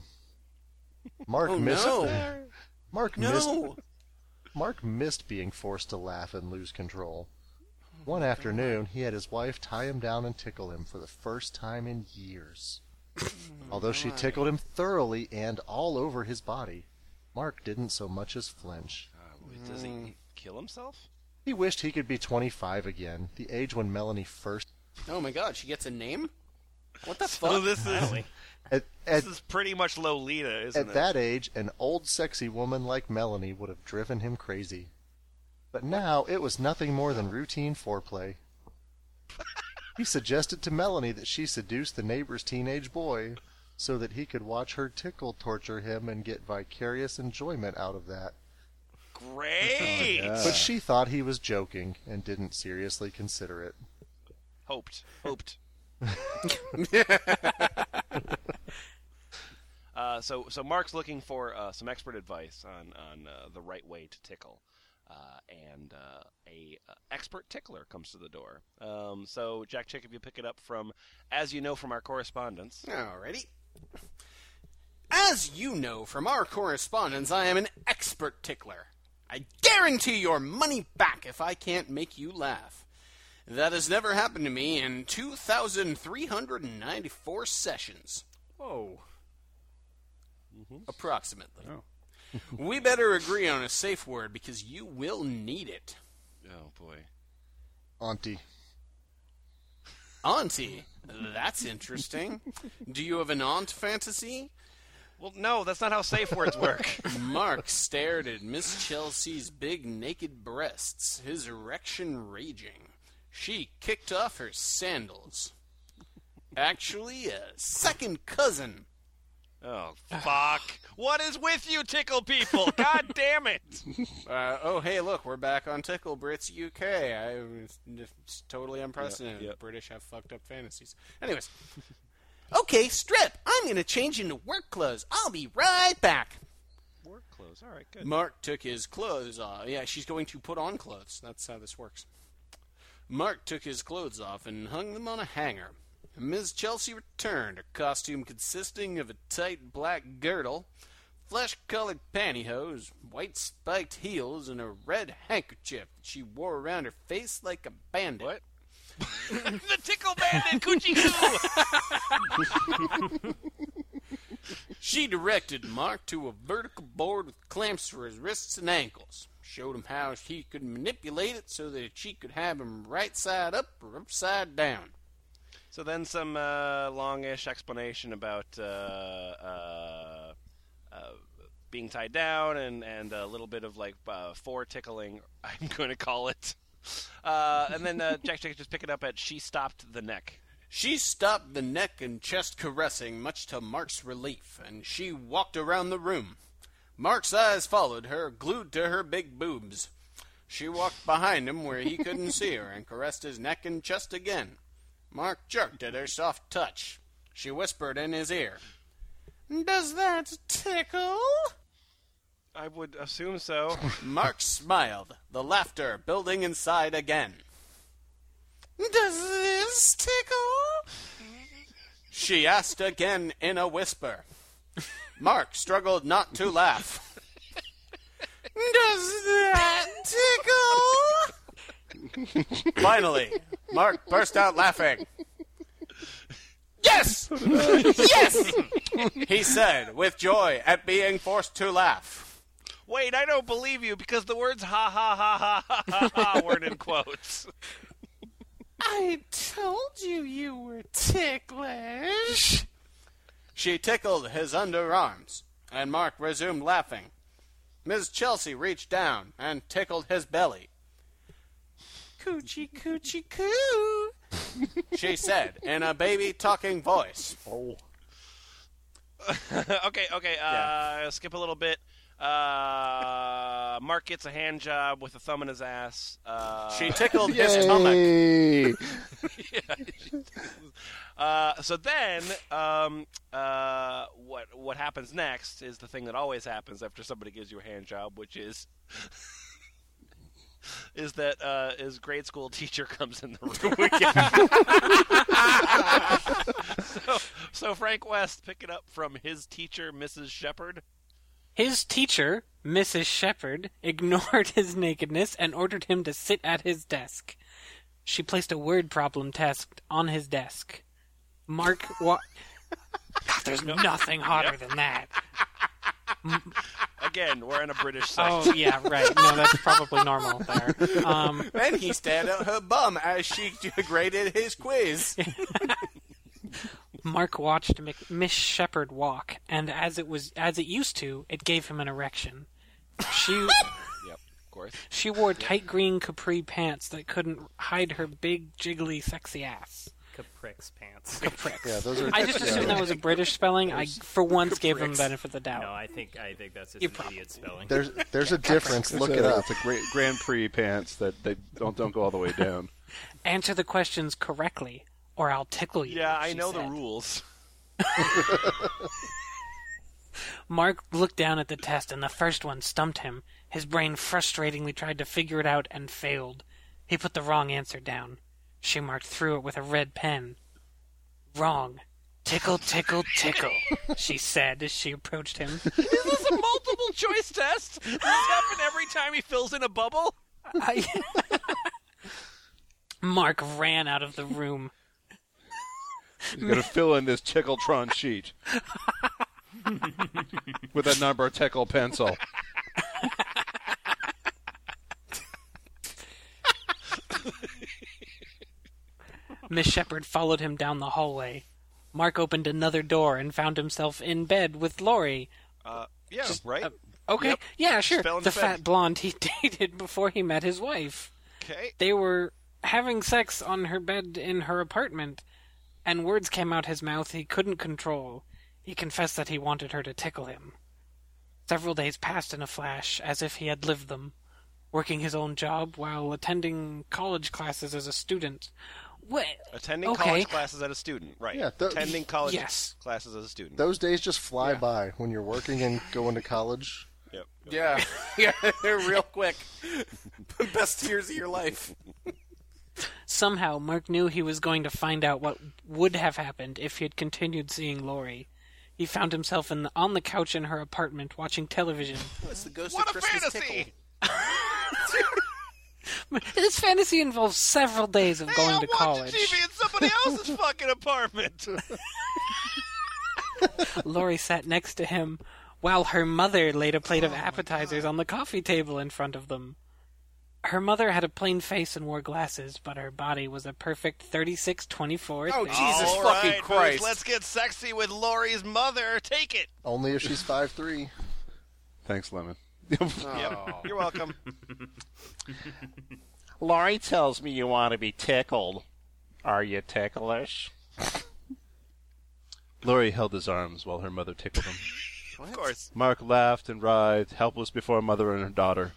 Speaker 4: Mark
Speaker 2: Oh,
Speaker 4: missed
Speaker 2: no.
Speaker 4: Mark
Speaker 2: No.
Speaker 4: missed Mark missed being forced to laugh and lose control. One afternoon, he had his wife tie him down and tickle him for the first time in years. Although she tickled him thoroughly and all over his body, Mark didn't so much as flinch.
Speaker 1: Uh, does he *laughs* kill himself?
Speaker 4: He wished he could be 25 again, the age when Melanie first.
Speaker 2: Oh my god, she gets a name? What the fuck?
Speaker 1: Oh, this is
Speaker 4: At, at,
Speaker 1: this is pretty much Lolita, isn't
Speaker 4: At
Speaker 1: it?
Speaker 4: that age, an old sexy woman like Melanie would have driven him crazy. But now it was nothing more than routine foreplay. he suggested to Melanie that she seduce the neighbor's teenage boy so that he could watch her tickle torture him and get vicarious enjoyment out of that.
Speaker 1: Great.
Speaker 4: Oh, But she thought he was joking and didn't seriously consider it.
Speaker 1: Hoped.
Speaker 4: *laughs*
Speaker 1: Hoped. *laughs* uh, so, so Mark's looking for uh, some expert advice on on uh, the right way to tickle, uh, and uh, a uh, expert tickler comes to the door. Um, so, Jack, check if you pick it up from, as you know from our correspondence.
Speaker 2: Alrighty. As you know from our correspondence, I am an expert tickler. I guarantee your money back if I can't make you laugh. That has never happened to me in 2,394 sessions.
Speaker 9: Whoa.
Speaker 1: Mm-hmm.
Speaker 2: Approximately.
Speaker 1: Oh.
Speaker 2: *laughs* we better agree on a safe word because you will need it.
Speaker 1: Oh boy.
Speaker 4: Auntie.
Speaker 2: Auntie, that's interesting. Do you have an aunt fantasy?
Speaker 1: Well, no, that's not how safe words work.
Speaker 2: *laughs* Mark stared at Miss Chelsea's big naked breasts, his erection raging. She kicked off her sandals. Actually, a second cousin.
Speaker 1: oh fuck! What is with you, tickle people? God damn it!
Speaker 2: *laughs* Uh, oh, hey, look, we're back on Tickle Brits UK. I, it's totally unprecedented.
Speaker 1: yep.
Speaker 2: British have fucked up fantasies. Anyways. *laughs* okay, Strip, I'm going to change into work clothes. I'll be right back.
Speaker 1: Work clothes. All right, good.
Speaker 2: Mark took his clothes off. Yeah, she's going to put on clothes. That's how this works. Mark took his clothes off and hung them on a hanger. Miss Chelsea returned, her costume consisting of a tight black girdle, flesh colored pantyhose, white spiked heels, and a red handkerchief that she wore around her face like a bandit.
Speaker 1: What? the tickle bandit coochie goo.
Speaker 2: She directed Mark to a vertical board with clamps for his wrists and ankles, showed him how he could manipulate it so that she could have him right side up or upside down.
Speaker 1: so then some uh, longish explanation about uh, uh, uh, being tied down and and a little bit of like uh, fore tickling. *laughs* I'm going to call it. Uh, and then *laughs* uh, Jack Jack just pick it up at she stopped the neck.
Speaker 2: She stopped the neck and chest caressing, much to Mark's relief, and she walked around the room. Mark's eyes followed her, glued to her big boobs. She walked behind him where he couldn't see her and caressed his neck and chest again. Mark jerked at her soft touch. She whispered in his ear, Does that tickle?
Speaker 1: I would assume so.
Speaker 2: *laughs* Mark smiled, the laughter building inside again. Does this tickle? She asked again in a whisper. Mark struggled not to laugh. Does that tickle? Finally, Mark burst out laughing.
Speaker 1: *laughs*
Speaker 2: Yes! Yes! He said with joy at being forced to laugh.
Speaker 1: Wait, I don't believe you because the words ha ha ha ha ha ha, ha weren't in quotes.
Speaker 2: I told you you were ticklish. She tickled his underarms, and Mark resumed laughing. Miss Chelsea reached down and tickled his belly. Coochie, coochie, coo, she said in a baby talking voice.
Speaker 1: *laughs* okay, okay, uh, skip a little bit. Uh, Mark gets a hand job with a thumb in his ass. Uh,
Speaker 2: She
Speaker 5: *laughs*
Speaker 2: tickled his stomach.
Speaker 5: Hey,
Speaker 1: *laughs* Uh, so then, um, uh, what what happens next is the thing that always happens after somebody gives you a hand job, which is *laughs* is that uh, his grade school teacher comes in the room
Speaker 6: *laughs*
Speaker 1: so, so Frank West picking up from his teacher, Mrs. Shepard.
Speaker 6: His teacher, Mrs. Shepherd, *laughs* ignored his nakedness and ordered him to sit at his desk. She placed a word problem test on his desk. Mark wa- God, there's nothing hotter than that.
Speaker 1: Again, we're in a British site.
Speaker 6: Oh yeah, right. No, that's probably normal there. *laughs* Um,
Speaker 2: Then he stared at her bum as she *laughs* graded his quiz. *laughs*
Speaker 6: Mark watched Mc- Miss Shepherd walk, and as it was as it used to, it gave him an erection. She
Speaker 1: *laughs* Yep, of course.
Speaker 6: She wore tight green capri pants that couldn't hide her big, jiggly, sexy ass.
Speaker 9: Capric's pants.
Speaker 6: Capricks.
Speaker 4: Yeah, those are.
Speaker 6: I just assumed that was a British spelling. I, for once, gave them the benefit of the doubt.
Speaker 9: No, I think I think that's just
Speaker 6: You
Speaker 9: an
Speaker 6: probably-
Speaker 9: idiot spelling.
Speaker 4: There's there's a difference. Look
Speaker 5: it's
Speaker 4: it
Speaker 5: a-
Speaker 4: up.
Speaker 5: It's a great Grand Prix pants that they don't don't go all the way down.
Speaker 6: Answer the questions correctly, or I'll tickle you.
Speaker 1: Yeah, *laughs* I
Speaker 6: she
Speaker 1: know the
Speaker 6: said.
Speaker 1: rules.
Speaker 6: *laughs* Mark looked down at the test, and the first one stumped him. His brain frustratingly tried to figure it out and failed. He put the wrong answer down. She marked through it with a red pen. Wrong. Tickle, tickle, tickle, she said as she approached him.
Speaker 1: Is this a multiple choice test? Does this happen every time he fills in a bubble?
Speaker 6: I... Mark ran out of the room.
Speaker 5: He's
Speaker 2: *laughs*
Speaker 5: gonna fill in this Tickletron sheet with a number
Speaker 2: *laughs*
Speaker 5: tickle pencil.
Speaker 6: Miss Shepherd followed him down the hallway. Mark opened another door and found himself in bed with Lori.
Speaker 1: Yeah,
Speaker 5: uh,
Speaker 1: right.
Speaker 6: Okay,
Speaker 1: Yep.
Speaker 6: yeah, sure.
Speaker 1: Spell and
Speaker 6: The
Speaker 1: defense.
Speaker 6: fat blonde he *laughs* dated before he met his wife.
Speaker 1: Okay.
Speaker 6: They were having sex on her bed in her apartment, and words came out his mouth he couldn't control. He confessed that he wanted her to tickle him. Several days passed in a flash, as if he had lived them, working his own job while attending college classes as a student. Wait,
Speaker 1: Attending
Speaker 6: okay.
Speaker 1: college classes as a student, right?
Speaker 4: Yeah, tho-
Speaker 1: attending college
Speaker 6: Yes.
Speaker 1: classes as a student.
Speaker 4: Those days just fly by when you're working and going to college.
Speaker 1: Yep.
Speaker 2: Yeah, yeah, they're real quick. *laughs* Best years of your life.
Speaker 6: Somehow, Mark knew he was going to find out what would have happened if he had continued seeing Lori. He found himself in the, on the couch in her apartment watching television. *laughs*
Speaker 2: It's the ghost
Speaker 1: What
Speaker 2: of
Speaker 1: a
Speaker 2: Christmas
Speaker 1: fantasy!
Speaker 2: Tickle.
Speaker 6: this fantasy involves several days of going to college.
Speaker 1: in somebody
Speaker 6: *laughs*
Speaker 1: else's fucking apartment.
Speaker 6: *laughs* Lori sat next to him, while her mother laid a plate of appetizers on the coffee table in front of them. Her mother had a plain face and wore glasses, but her body was a perfect thirty-six twenty-four.
Speaker 2: Oh,
Speaker 6: thing.
Speaker 2: Jesus
Speaker 1: All
Speaker 2: fucking
Speaker 1: right,
Speaker 2: Christ.
Speaker 1: boobs, let's get sexy with Lori's mother. Take it.
Speaker 4: Only if she's five three.
Speaker 5: Thanks, Lemon.
Speaker 2: Oh.
Speaker 1: You're welcome.
Speaker 12: Laurie tells me you want to be tickled. Are you ticklish?
Speaker 5: Laurie held his arms while her mother tickled him.
Speaker 1: *laughs* of course.
Speaker 5: Mark laughed and writhed, helpless before mother and her daughter.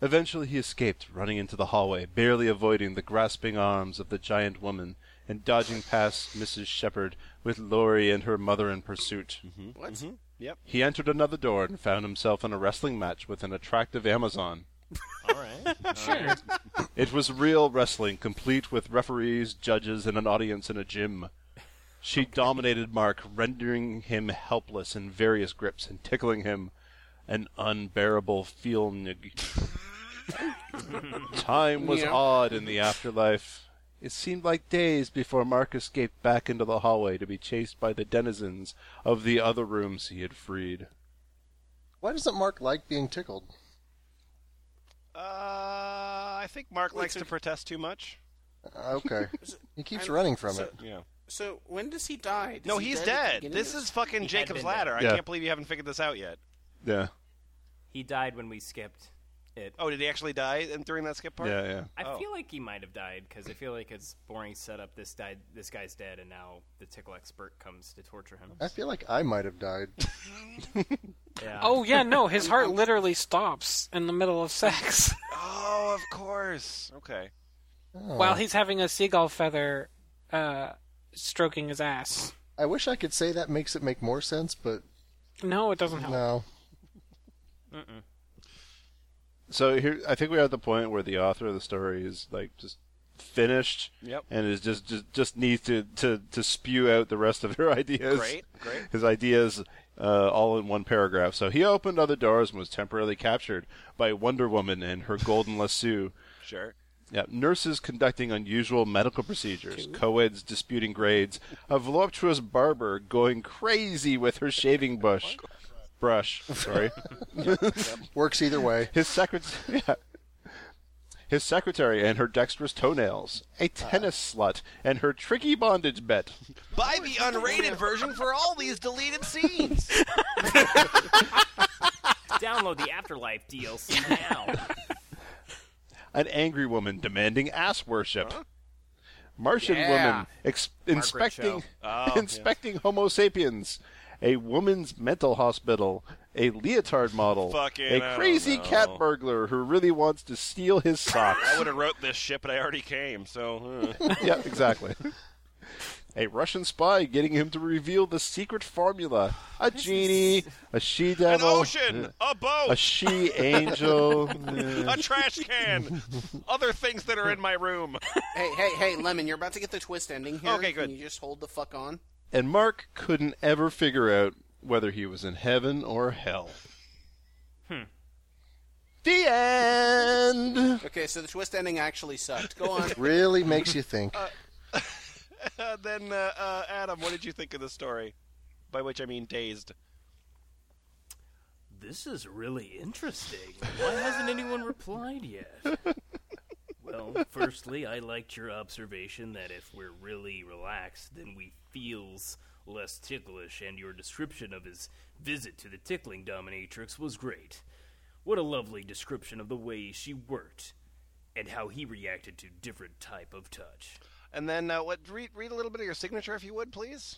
Speaker 5: Eventually he escaped, running into the hallway, barely avoiding the grasping arms of the giant woman and dodging past Mrs. Shepherd with Laurie and her mother in pursuit.
Speaker 2: What?
Speaker 1: Mm-hmm. Yep.
Speaker 5: He entered another door and found himself in a wrestling match with an attractive Amazon.
Speaker 12: *laughs* All right.
Speaker 6: Sure.
Speaker 5: It was real wrestling, complete with referees, judges, and an audience in a gym. She dominated Mark, rendering him helpless in various grips and tickling him an unbearable feel. Neg- Time was odd in the afterlife. It seemed like days before Mark escaped back into the hallway to be chased by the denizens of the other rooms he had freed.
Speaker 4: Why doesn't Mark like being tickled?
Speaker 1: Uh, I think Mark likes to protest too much.
Speaker 4: Uh, Okay. he keeps
Speaker 2: I-
Speaker 4: running from
Speaker 2: so-
Speaker 4: it.
Speaker 1: Yeah.
Speaker 2: So when does he die? Does
Speaker 1: No,
Speaker 2: he
Speaker 1: he's
Speaker 2: die at the
Speaker 1: dead.
Speaker 2: beginning
Speaker 1: This
Speaker 2: of-
Speaker 1: is fucking
Speaker 9: He had
Speaker 1: Jacob's
Speaker 9: been dead.
Speaker 1: ladder. I
Speaker 5: Yeah.
Speaker 1: can't believe you haven't figured this out yet.
Speaker 5: Yeah,
Speaker 9: He died when we skipped it.
Speaker 1: Oh, did he actually die in- during that skip part?
Speaker 5: yeah, yeah.
Speaker 9: I
Speaker 1: Oh.
Speaker 9: feel like he might have died because I feel like it's boring setup. This died. This guy's dead, and now the tickle expert comes to torture
Speaker 5: *laughs*
Speaker 9: him.
Speaker 4: I feel like I might have died.
Speaker 9: Yeah.
Speaker 6: Oh yeah, no,
Speaker 5: *laughs*
Speaker 6: his heart literally stops in the middle of sex
Speaker 1: Oh, of course. Okay.
Speaker 5: Oh.
Speaker 6: while he's having a seagull feather uh, stroking his ass.
Speaker 4: I wish I could say that makes it make more sense, but
Speaker 6: No, it doesn't help.
Speaker 4: no.
Speaker 5: So here, I think we're at the point where the author of the story is like just finished,
Speaker 1: Yep.
Speaker 5: and is just just just needs to to to spew out the rest of her *laughs* ideas.
Speaker 1: Great, great.
Speaker 5: His ideas uh, all in one paragraph. So he opened other doors and was temporarily captured by Wonder Woman and her golden lasso.
Speaker 1: Sure.
Speaker 5: Yeah, nurses conducting unusual medical procedures, co-eds disputing grades, a voluptuous barber going crazy with her shaving bush, brush. Sorry.
Speaker 4: *laughs* Works either way.
Speaker 5: His secretary, yeah. his secretary, and her dexterous toenails, a
Speaker 4: Uh.
Speaker 5: tennis slut, and her tricky bondage bet.
Speaker 1: Buy the unrated version for all these deleted scenes.
Speaker 9: Download the Afterlife DLC now.
Speaker 5: An angry woman demanding ass worship. Martian woman ex- inspecting
Speaker 9: Cho.
Speaker 5: *laughs*
Speaker 1: Oh,
Speaker 5: inspecting Homo sapiens. A woman's mental hospital. A leotard model.
Speaker 1: Fucking, I
Speaker 5: a
Speaker 1: don't
Speaker 5: crazy
Speaker 1: know.
Speaker 5: cat burglar who really wants to steal his socks.
Speaker 1: *laughs* I would have wrote this shit, but I already came. So uh.
Speaker 5: yeah, exactly. A Russian spy getting him to reveal the secret formula. A genie, a she
Speaker 1: an
Speaker 5: devil,
Speaker 1: ocean, a
Speaker 5: a
Speaker 1: boat,
Speaker 5: she angel.
Speaker 1: *laughs* a trash
Speaker 5: *laughs*
Speaker 1: can, other things that are in my room.
Speaker 2: Hey, hey, hey, Lemon, you're about to get the twist ending here.
Speaker 1: Okay, good.
Speaker 2: Can you just hold the fuck on?
Speaker 5: and Mark couldn't ever figure out whether he was in heaven or hell. The end.
Speaker 2: Okay, so the twist ending actually sucked. Go on.
Speaker 4: Really makes you think. *laughs*
Speaker 1: Uh, *laughs* then, uh, uh, Adam, what did you think of the story? By which I mean dazed.
Speaker 9: This is really
Speaker 1: *laughs*
Speaker 9: interesting. Why hasn't anyone replied yet? Well, firstly, I liked your observation that if we're really relaxed, then we feels less ticklish, and your description of his visit to the tickling dominatrix was great. What a lovely description of the way she worked, and how he reacted to different type of touch.
Speaker 1: And then, uh, what? Read, read a little bit of your signature, if you would, please.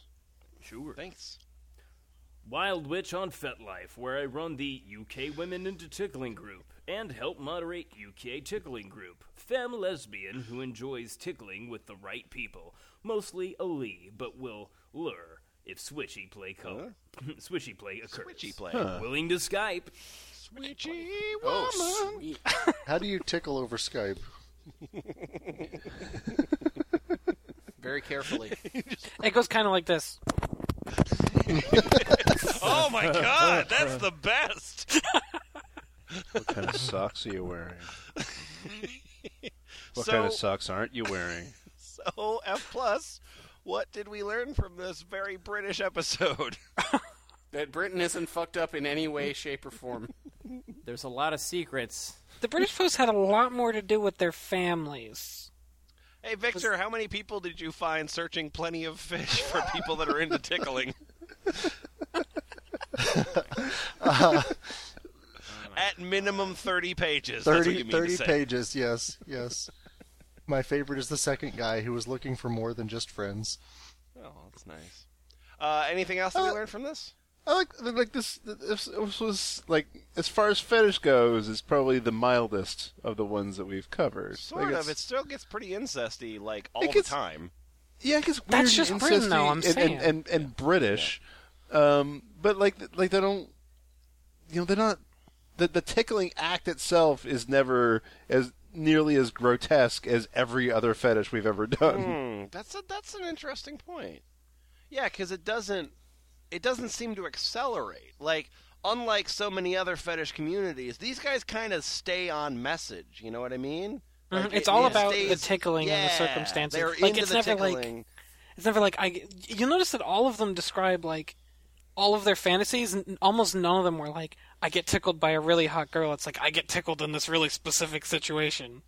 Speaker 9: Sure.
Speaker 1: Thanks.
Speaker 9: Wild Witch on FetLife, where I run the UK Women into Tickling group and help moderate UK Tickling group. Femme lesbian who enjoys tickling with the right people, mostly a Lee, but will lure if switchy play co- *laughs* switchy play occurs.
Speaker 1: Switchy play.
Speaker 9: Willing to Skype.
Speaker 1: Switchy woman.
Speaker 2: *laughs* Oh, sweet.
Speaker 4: How do you tickle over Skype?
Speaker 2: *laughs*
Speaker 6: *laughs*
Speaker 2: Very carefully.
Speaker 6: It goes kind of like this.
Speaker 1: *laughs* *laughs* Oh my god, that's the best.
Speaker 5: *laughs* What kind
Speaker 1: *laughs*
Speaker 5: of socks are you wearing? What
Speaker 1: So-
Speaker 5: kind of socks aren't you wearing?
Speaker 1: So, F plus. What did we learn from this very British
Speaker 6: *laughs*
Speaker 1: episode?
Speaker 2: that Britain isn't fucked up in any way, shape, or form.
Speaker 9: There's a lot of secrets.
Speaker 6: The British folks had a lot more to do with their families.
Speaker 1: Hey, Victor, how many people did you find searching plenty of fish for people that are into tickling? *laughs* At minimum 30 pages. That's what
Speaker 4: 30,
Speaker 1: you mean to
Speaker 4: 30
Speaker 1: say.
Speaker 4: pages, yes, yes. My favorite is the second guy who was looking for more than just friends.
Speaker 1: Oh, that's nice. Uh, anything else that we
Speaker 5: Uh,
Speaker 1: learned from this?
Speaker 5: I like like this. This this was like as far as fetish goes, is probably the mildest of the ones that we've covered.
Speaker 1: Sort
Speaker 5: Like,
Speaker 1: of. It still gets pretty incesty, like, all
Speaker 5: gets-
Speaker 1: the time.
Speaker 5: yeah, I guess weird
Speaker 6: That's just
Speaker 5: and
Speaker 6: Britain, though,
Speaker 5: incesty
Speaker 6: I'm
Speaker 5: and,
Speaker 6: saying.
Speaker 5: and and, and British, um, but like th- like they don't, you know, they're not the the tickling act itself is never as nearly as grotesque as every other fetish we've ever done.
Speaker 1: Hmm, that's a, that's an interesting point. Yeah, because it doesn't it doesn't seem to accelerate. Like unlike so many other fetish communities, these guys kind of stay on message. You know what I mean? Like,
Speaker 6: Mm-hmm. It's
Speaker 1: it-
Speaker 6: all
Speaker 1: it
Speaker 6: about the
Speaker 1: stays-
Speaker 6: tickling and the
Speaker 1: yeah,
Speaker 6: circumstances.
Speaker 1: They're
Speaker 6: Like,
Speaker 1: into
Speaker 6: it's
Speaker 1: the
Speaker 6: never, like,
Speaker 1: tickling.
Speaker 6: It's never like I. You notice that all of them describe like all of their fantasies, and almost none of them were like I get tickled by a really hot girl. It's like I get tickled in this really specific situation.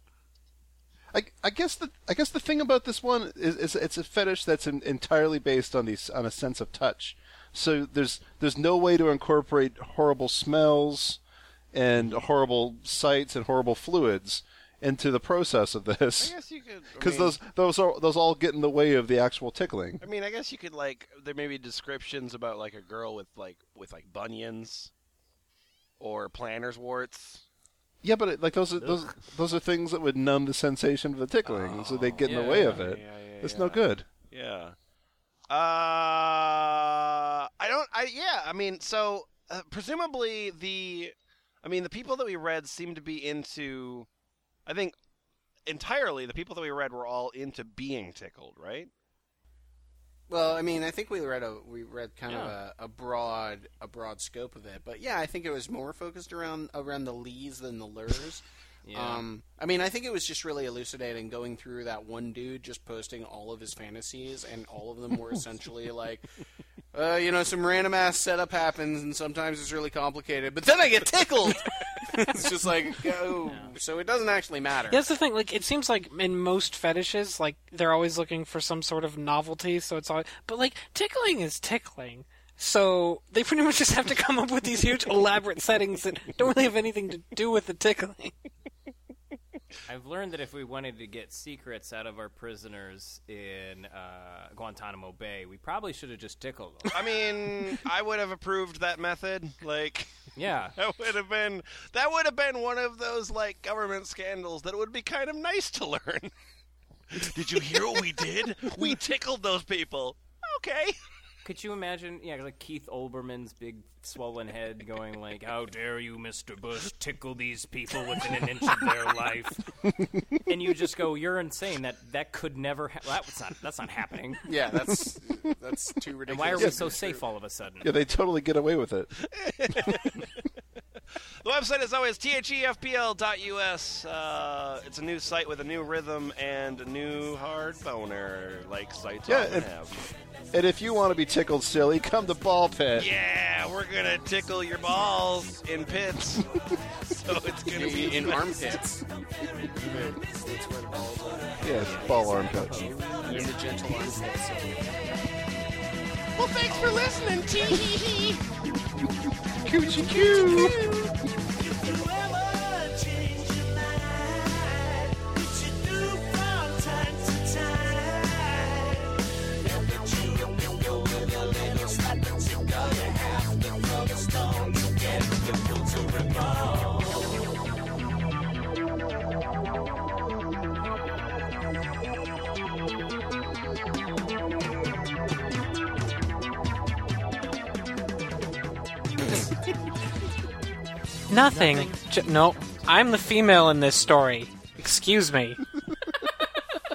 Speaker 5: I, I guess the I guess the thing about this one is, is it's a fetish that's en- entirely based on these on a sense of touch. So there's there's no way to incorporate horrible smells and horrible sights and horrible fluids into the process of
Speaker 1: I
Speaker 5: this
Speaker 1: guess you could I
Speaker 5: because
Speaker 1: mean-
Speaker 5: those those are, those all get in the way of the actual tickling.
Speaker 1: I mean, I guess you could like there may be descriptions about like a girl with like with like bunions or planner's warts.
Speaker 5: Yeah, but it, like those are, those those are things that would numb the sensation of the tickling, so they get in
Speaker 1: Oh,
Speaker 5: the way of it. it's no good.
Speaker 1: Yeah. Uh, I don't. I yeah. I mean, so uh, presumably the, I mean, the people that we read seem to be into, I think, entirely the people that we read were all into being tickled, right?
Speaker 2: Well, I mean, I think we read a we read kind of a, a broad a broad scope of it, but yeah, I think it was more focused around around the lees than the lures. Um, I mean, I think it was just really elucidating going through that one dude just posting all of his fantasies, and all of them were essentially like, uh, you know, some random ass setup happens, and sometimes it's really complicated, but then I get tickled. *laughs* it's just like, oh, so it doesn't actually matter.
Speaker 6: That's the thing. Like, it seems like in most fetishes, like they're always looking for some sort of novelty. So it's all, but like tickling is tickling. So they pretty much just have to come up with these huge elaborate settings that don't really have anything to do with the tickling.
Speaker 9: I've learned that if we wanted to get secrets out of our prisoners in uh, Guantanamo Bay, we probably should have just tickled them.
Speaker 1: I mean, I would have approved that method. Like *laughs*
Speaker 9: yeah.
Speaker 1: that would have been that would have been one of those like government scandals that would be kind of nice to learn. *laughs* did you hear what we did? We
Speaker 9: *laughs*
Speaker 1: tickled those people. Okay. *laughs*
Speaker 9: Could you imagine, yeah, like Keith Olbermann's big swollen head going like, "How dare you, Mr. Bush, tickle these people within an inch of
Speaker 2: *laughs*
Speaker 9: their life?" and you just go, "You're insane. That that could never. Ha- that's not. That's not happening.
Speaker 2: Yeah, that's that's too ridiculous.
Speaker 9: And why are we so safe all of a sudden?"
Speaker 5: Yeah, they totally get away with it.
Speaker 1: The website is always E thefpl.us. Uh, it's a new site with a new rhythm and a new hard boner, like sites
Speaker 5: Yeah,
Speaker 1: often
Speaker 5: and-
Speaker 1: have.
Speaker 5: And if you want to be tickled silly, come to Ball Pit.
Speaker 1: Yeah, we're gonna tickle your balls
Speaker 2: *laughs*
Speaker 1: in pits. so it's gonna be
Speaker 2: in armpits?
Speaker 5: Yes, ball arm touch.
Speaker 2: There's a gentle armpit. So.
Speaker 1: Well, thanks for listening. Tee hee hee.
Speaker 5: Coochie coo.
Speaker 6: Nothing. J- no, I'm the female in this story. Excuse me.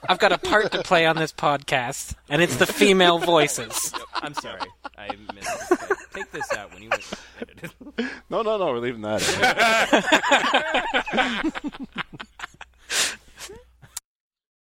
Speaker 6: I've got a part to play on this podcast, and it's the female
Speaker 9: *laughs*
Speaker 6: voices.
Speaker 9: I'm sorry.
Speaker 2: *laughs*
Speaker 9: I missed this thing. Take this out when you edit it.
Speaker 5: No, no, no, we're leaving that. in.
Speaker 9: *laughs*
Speaker 2: *laughs*
Speaker 5: *laughs*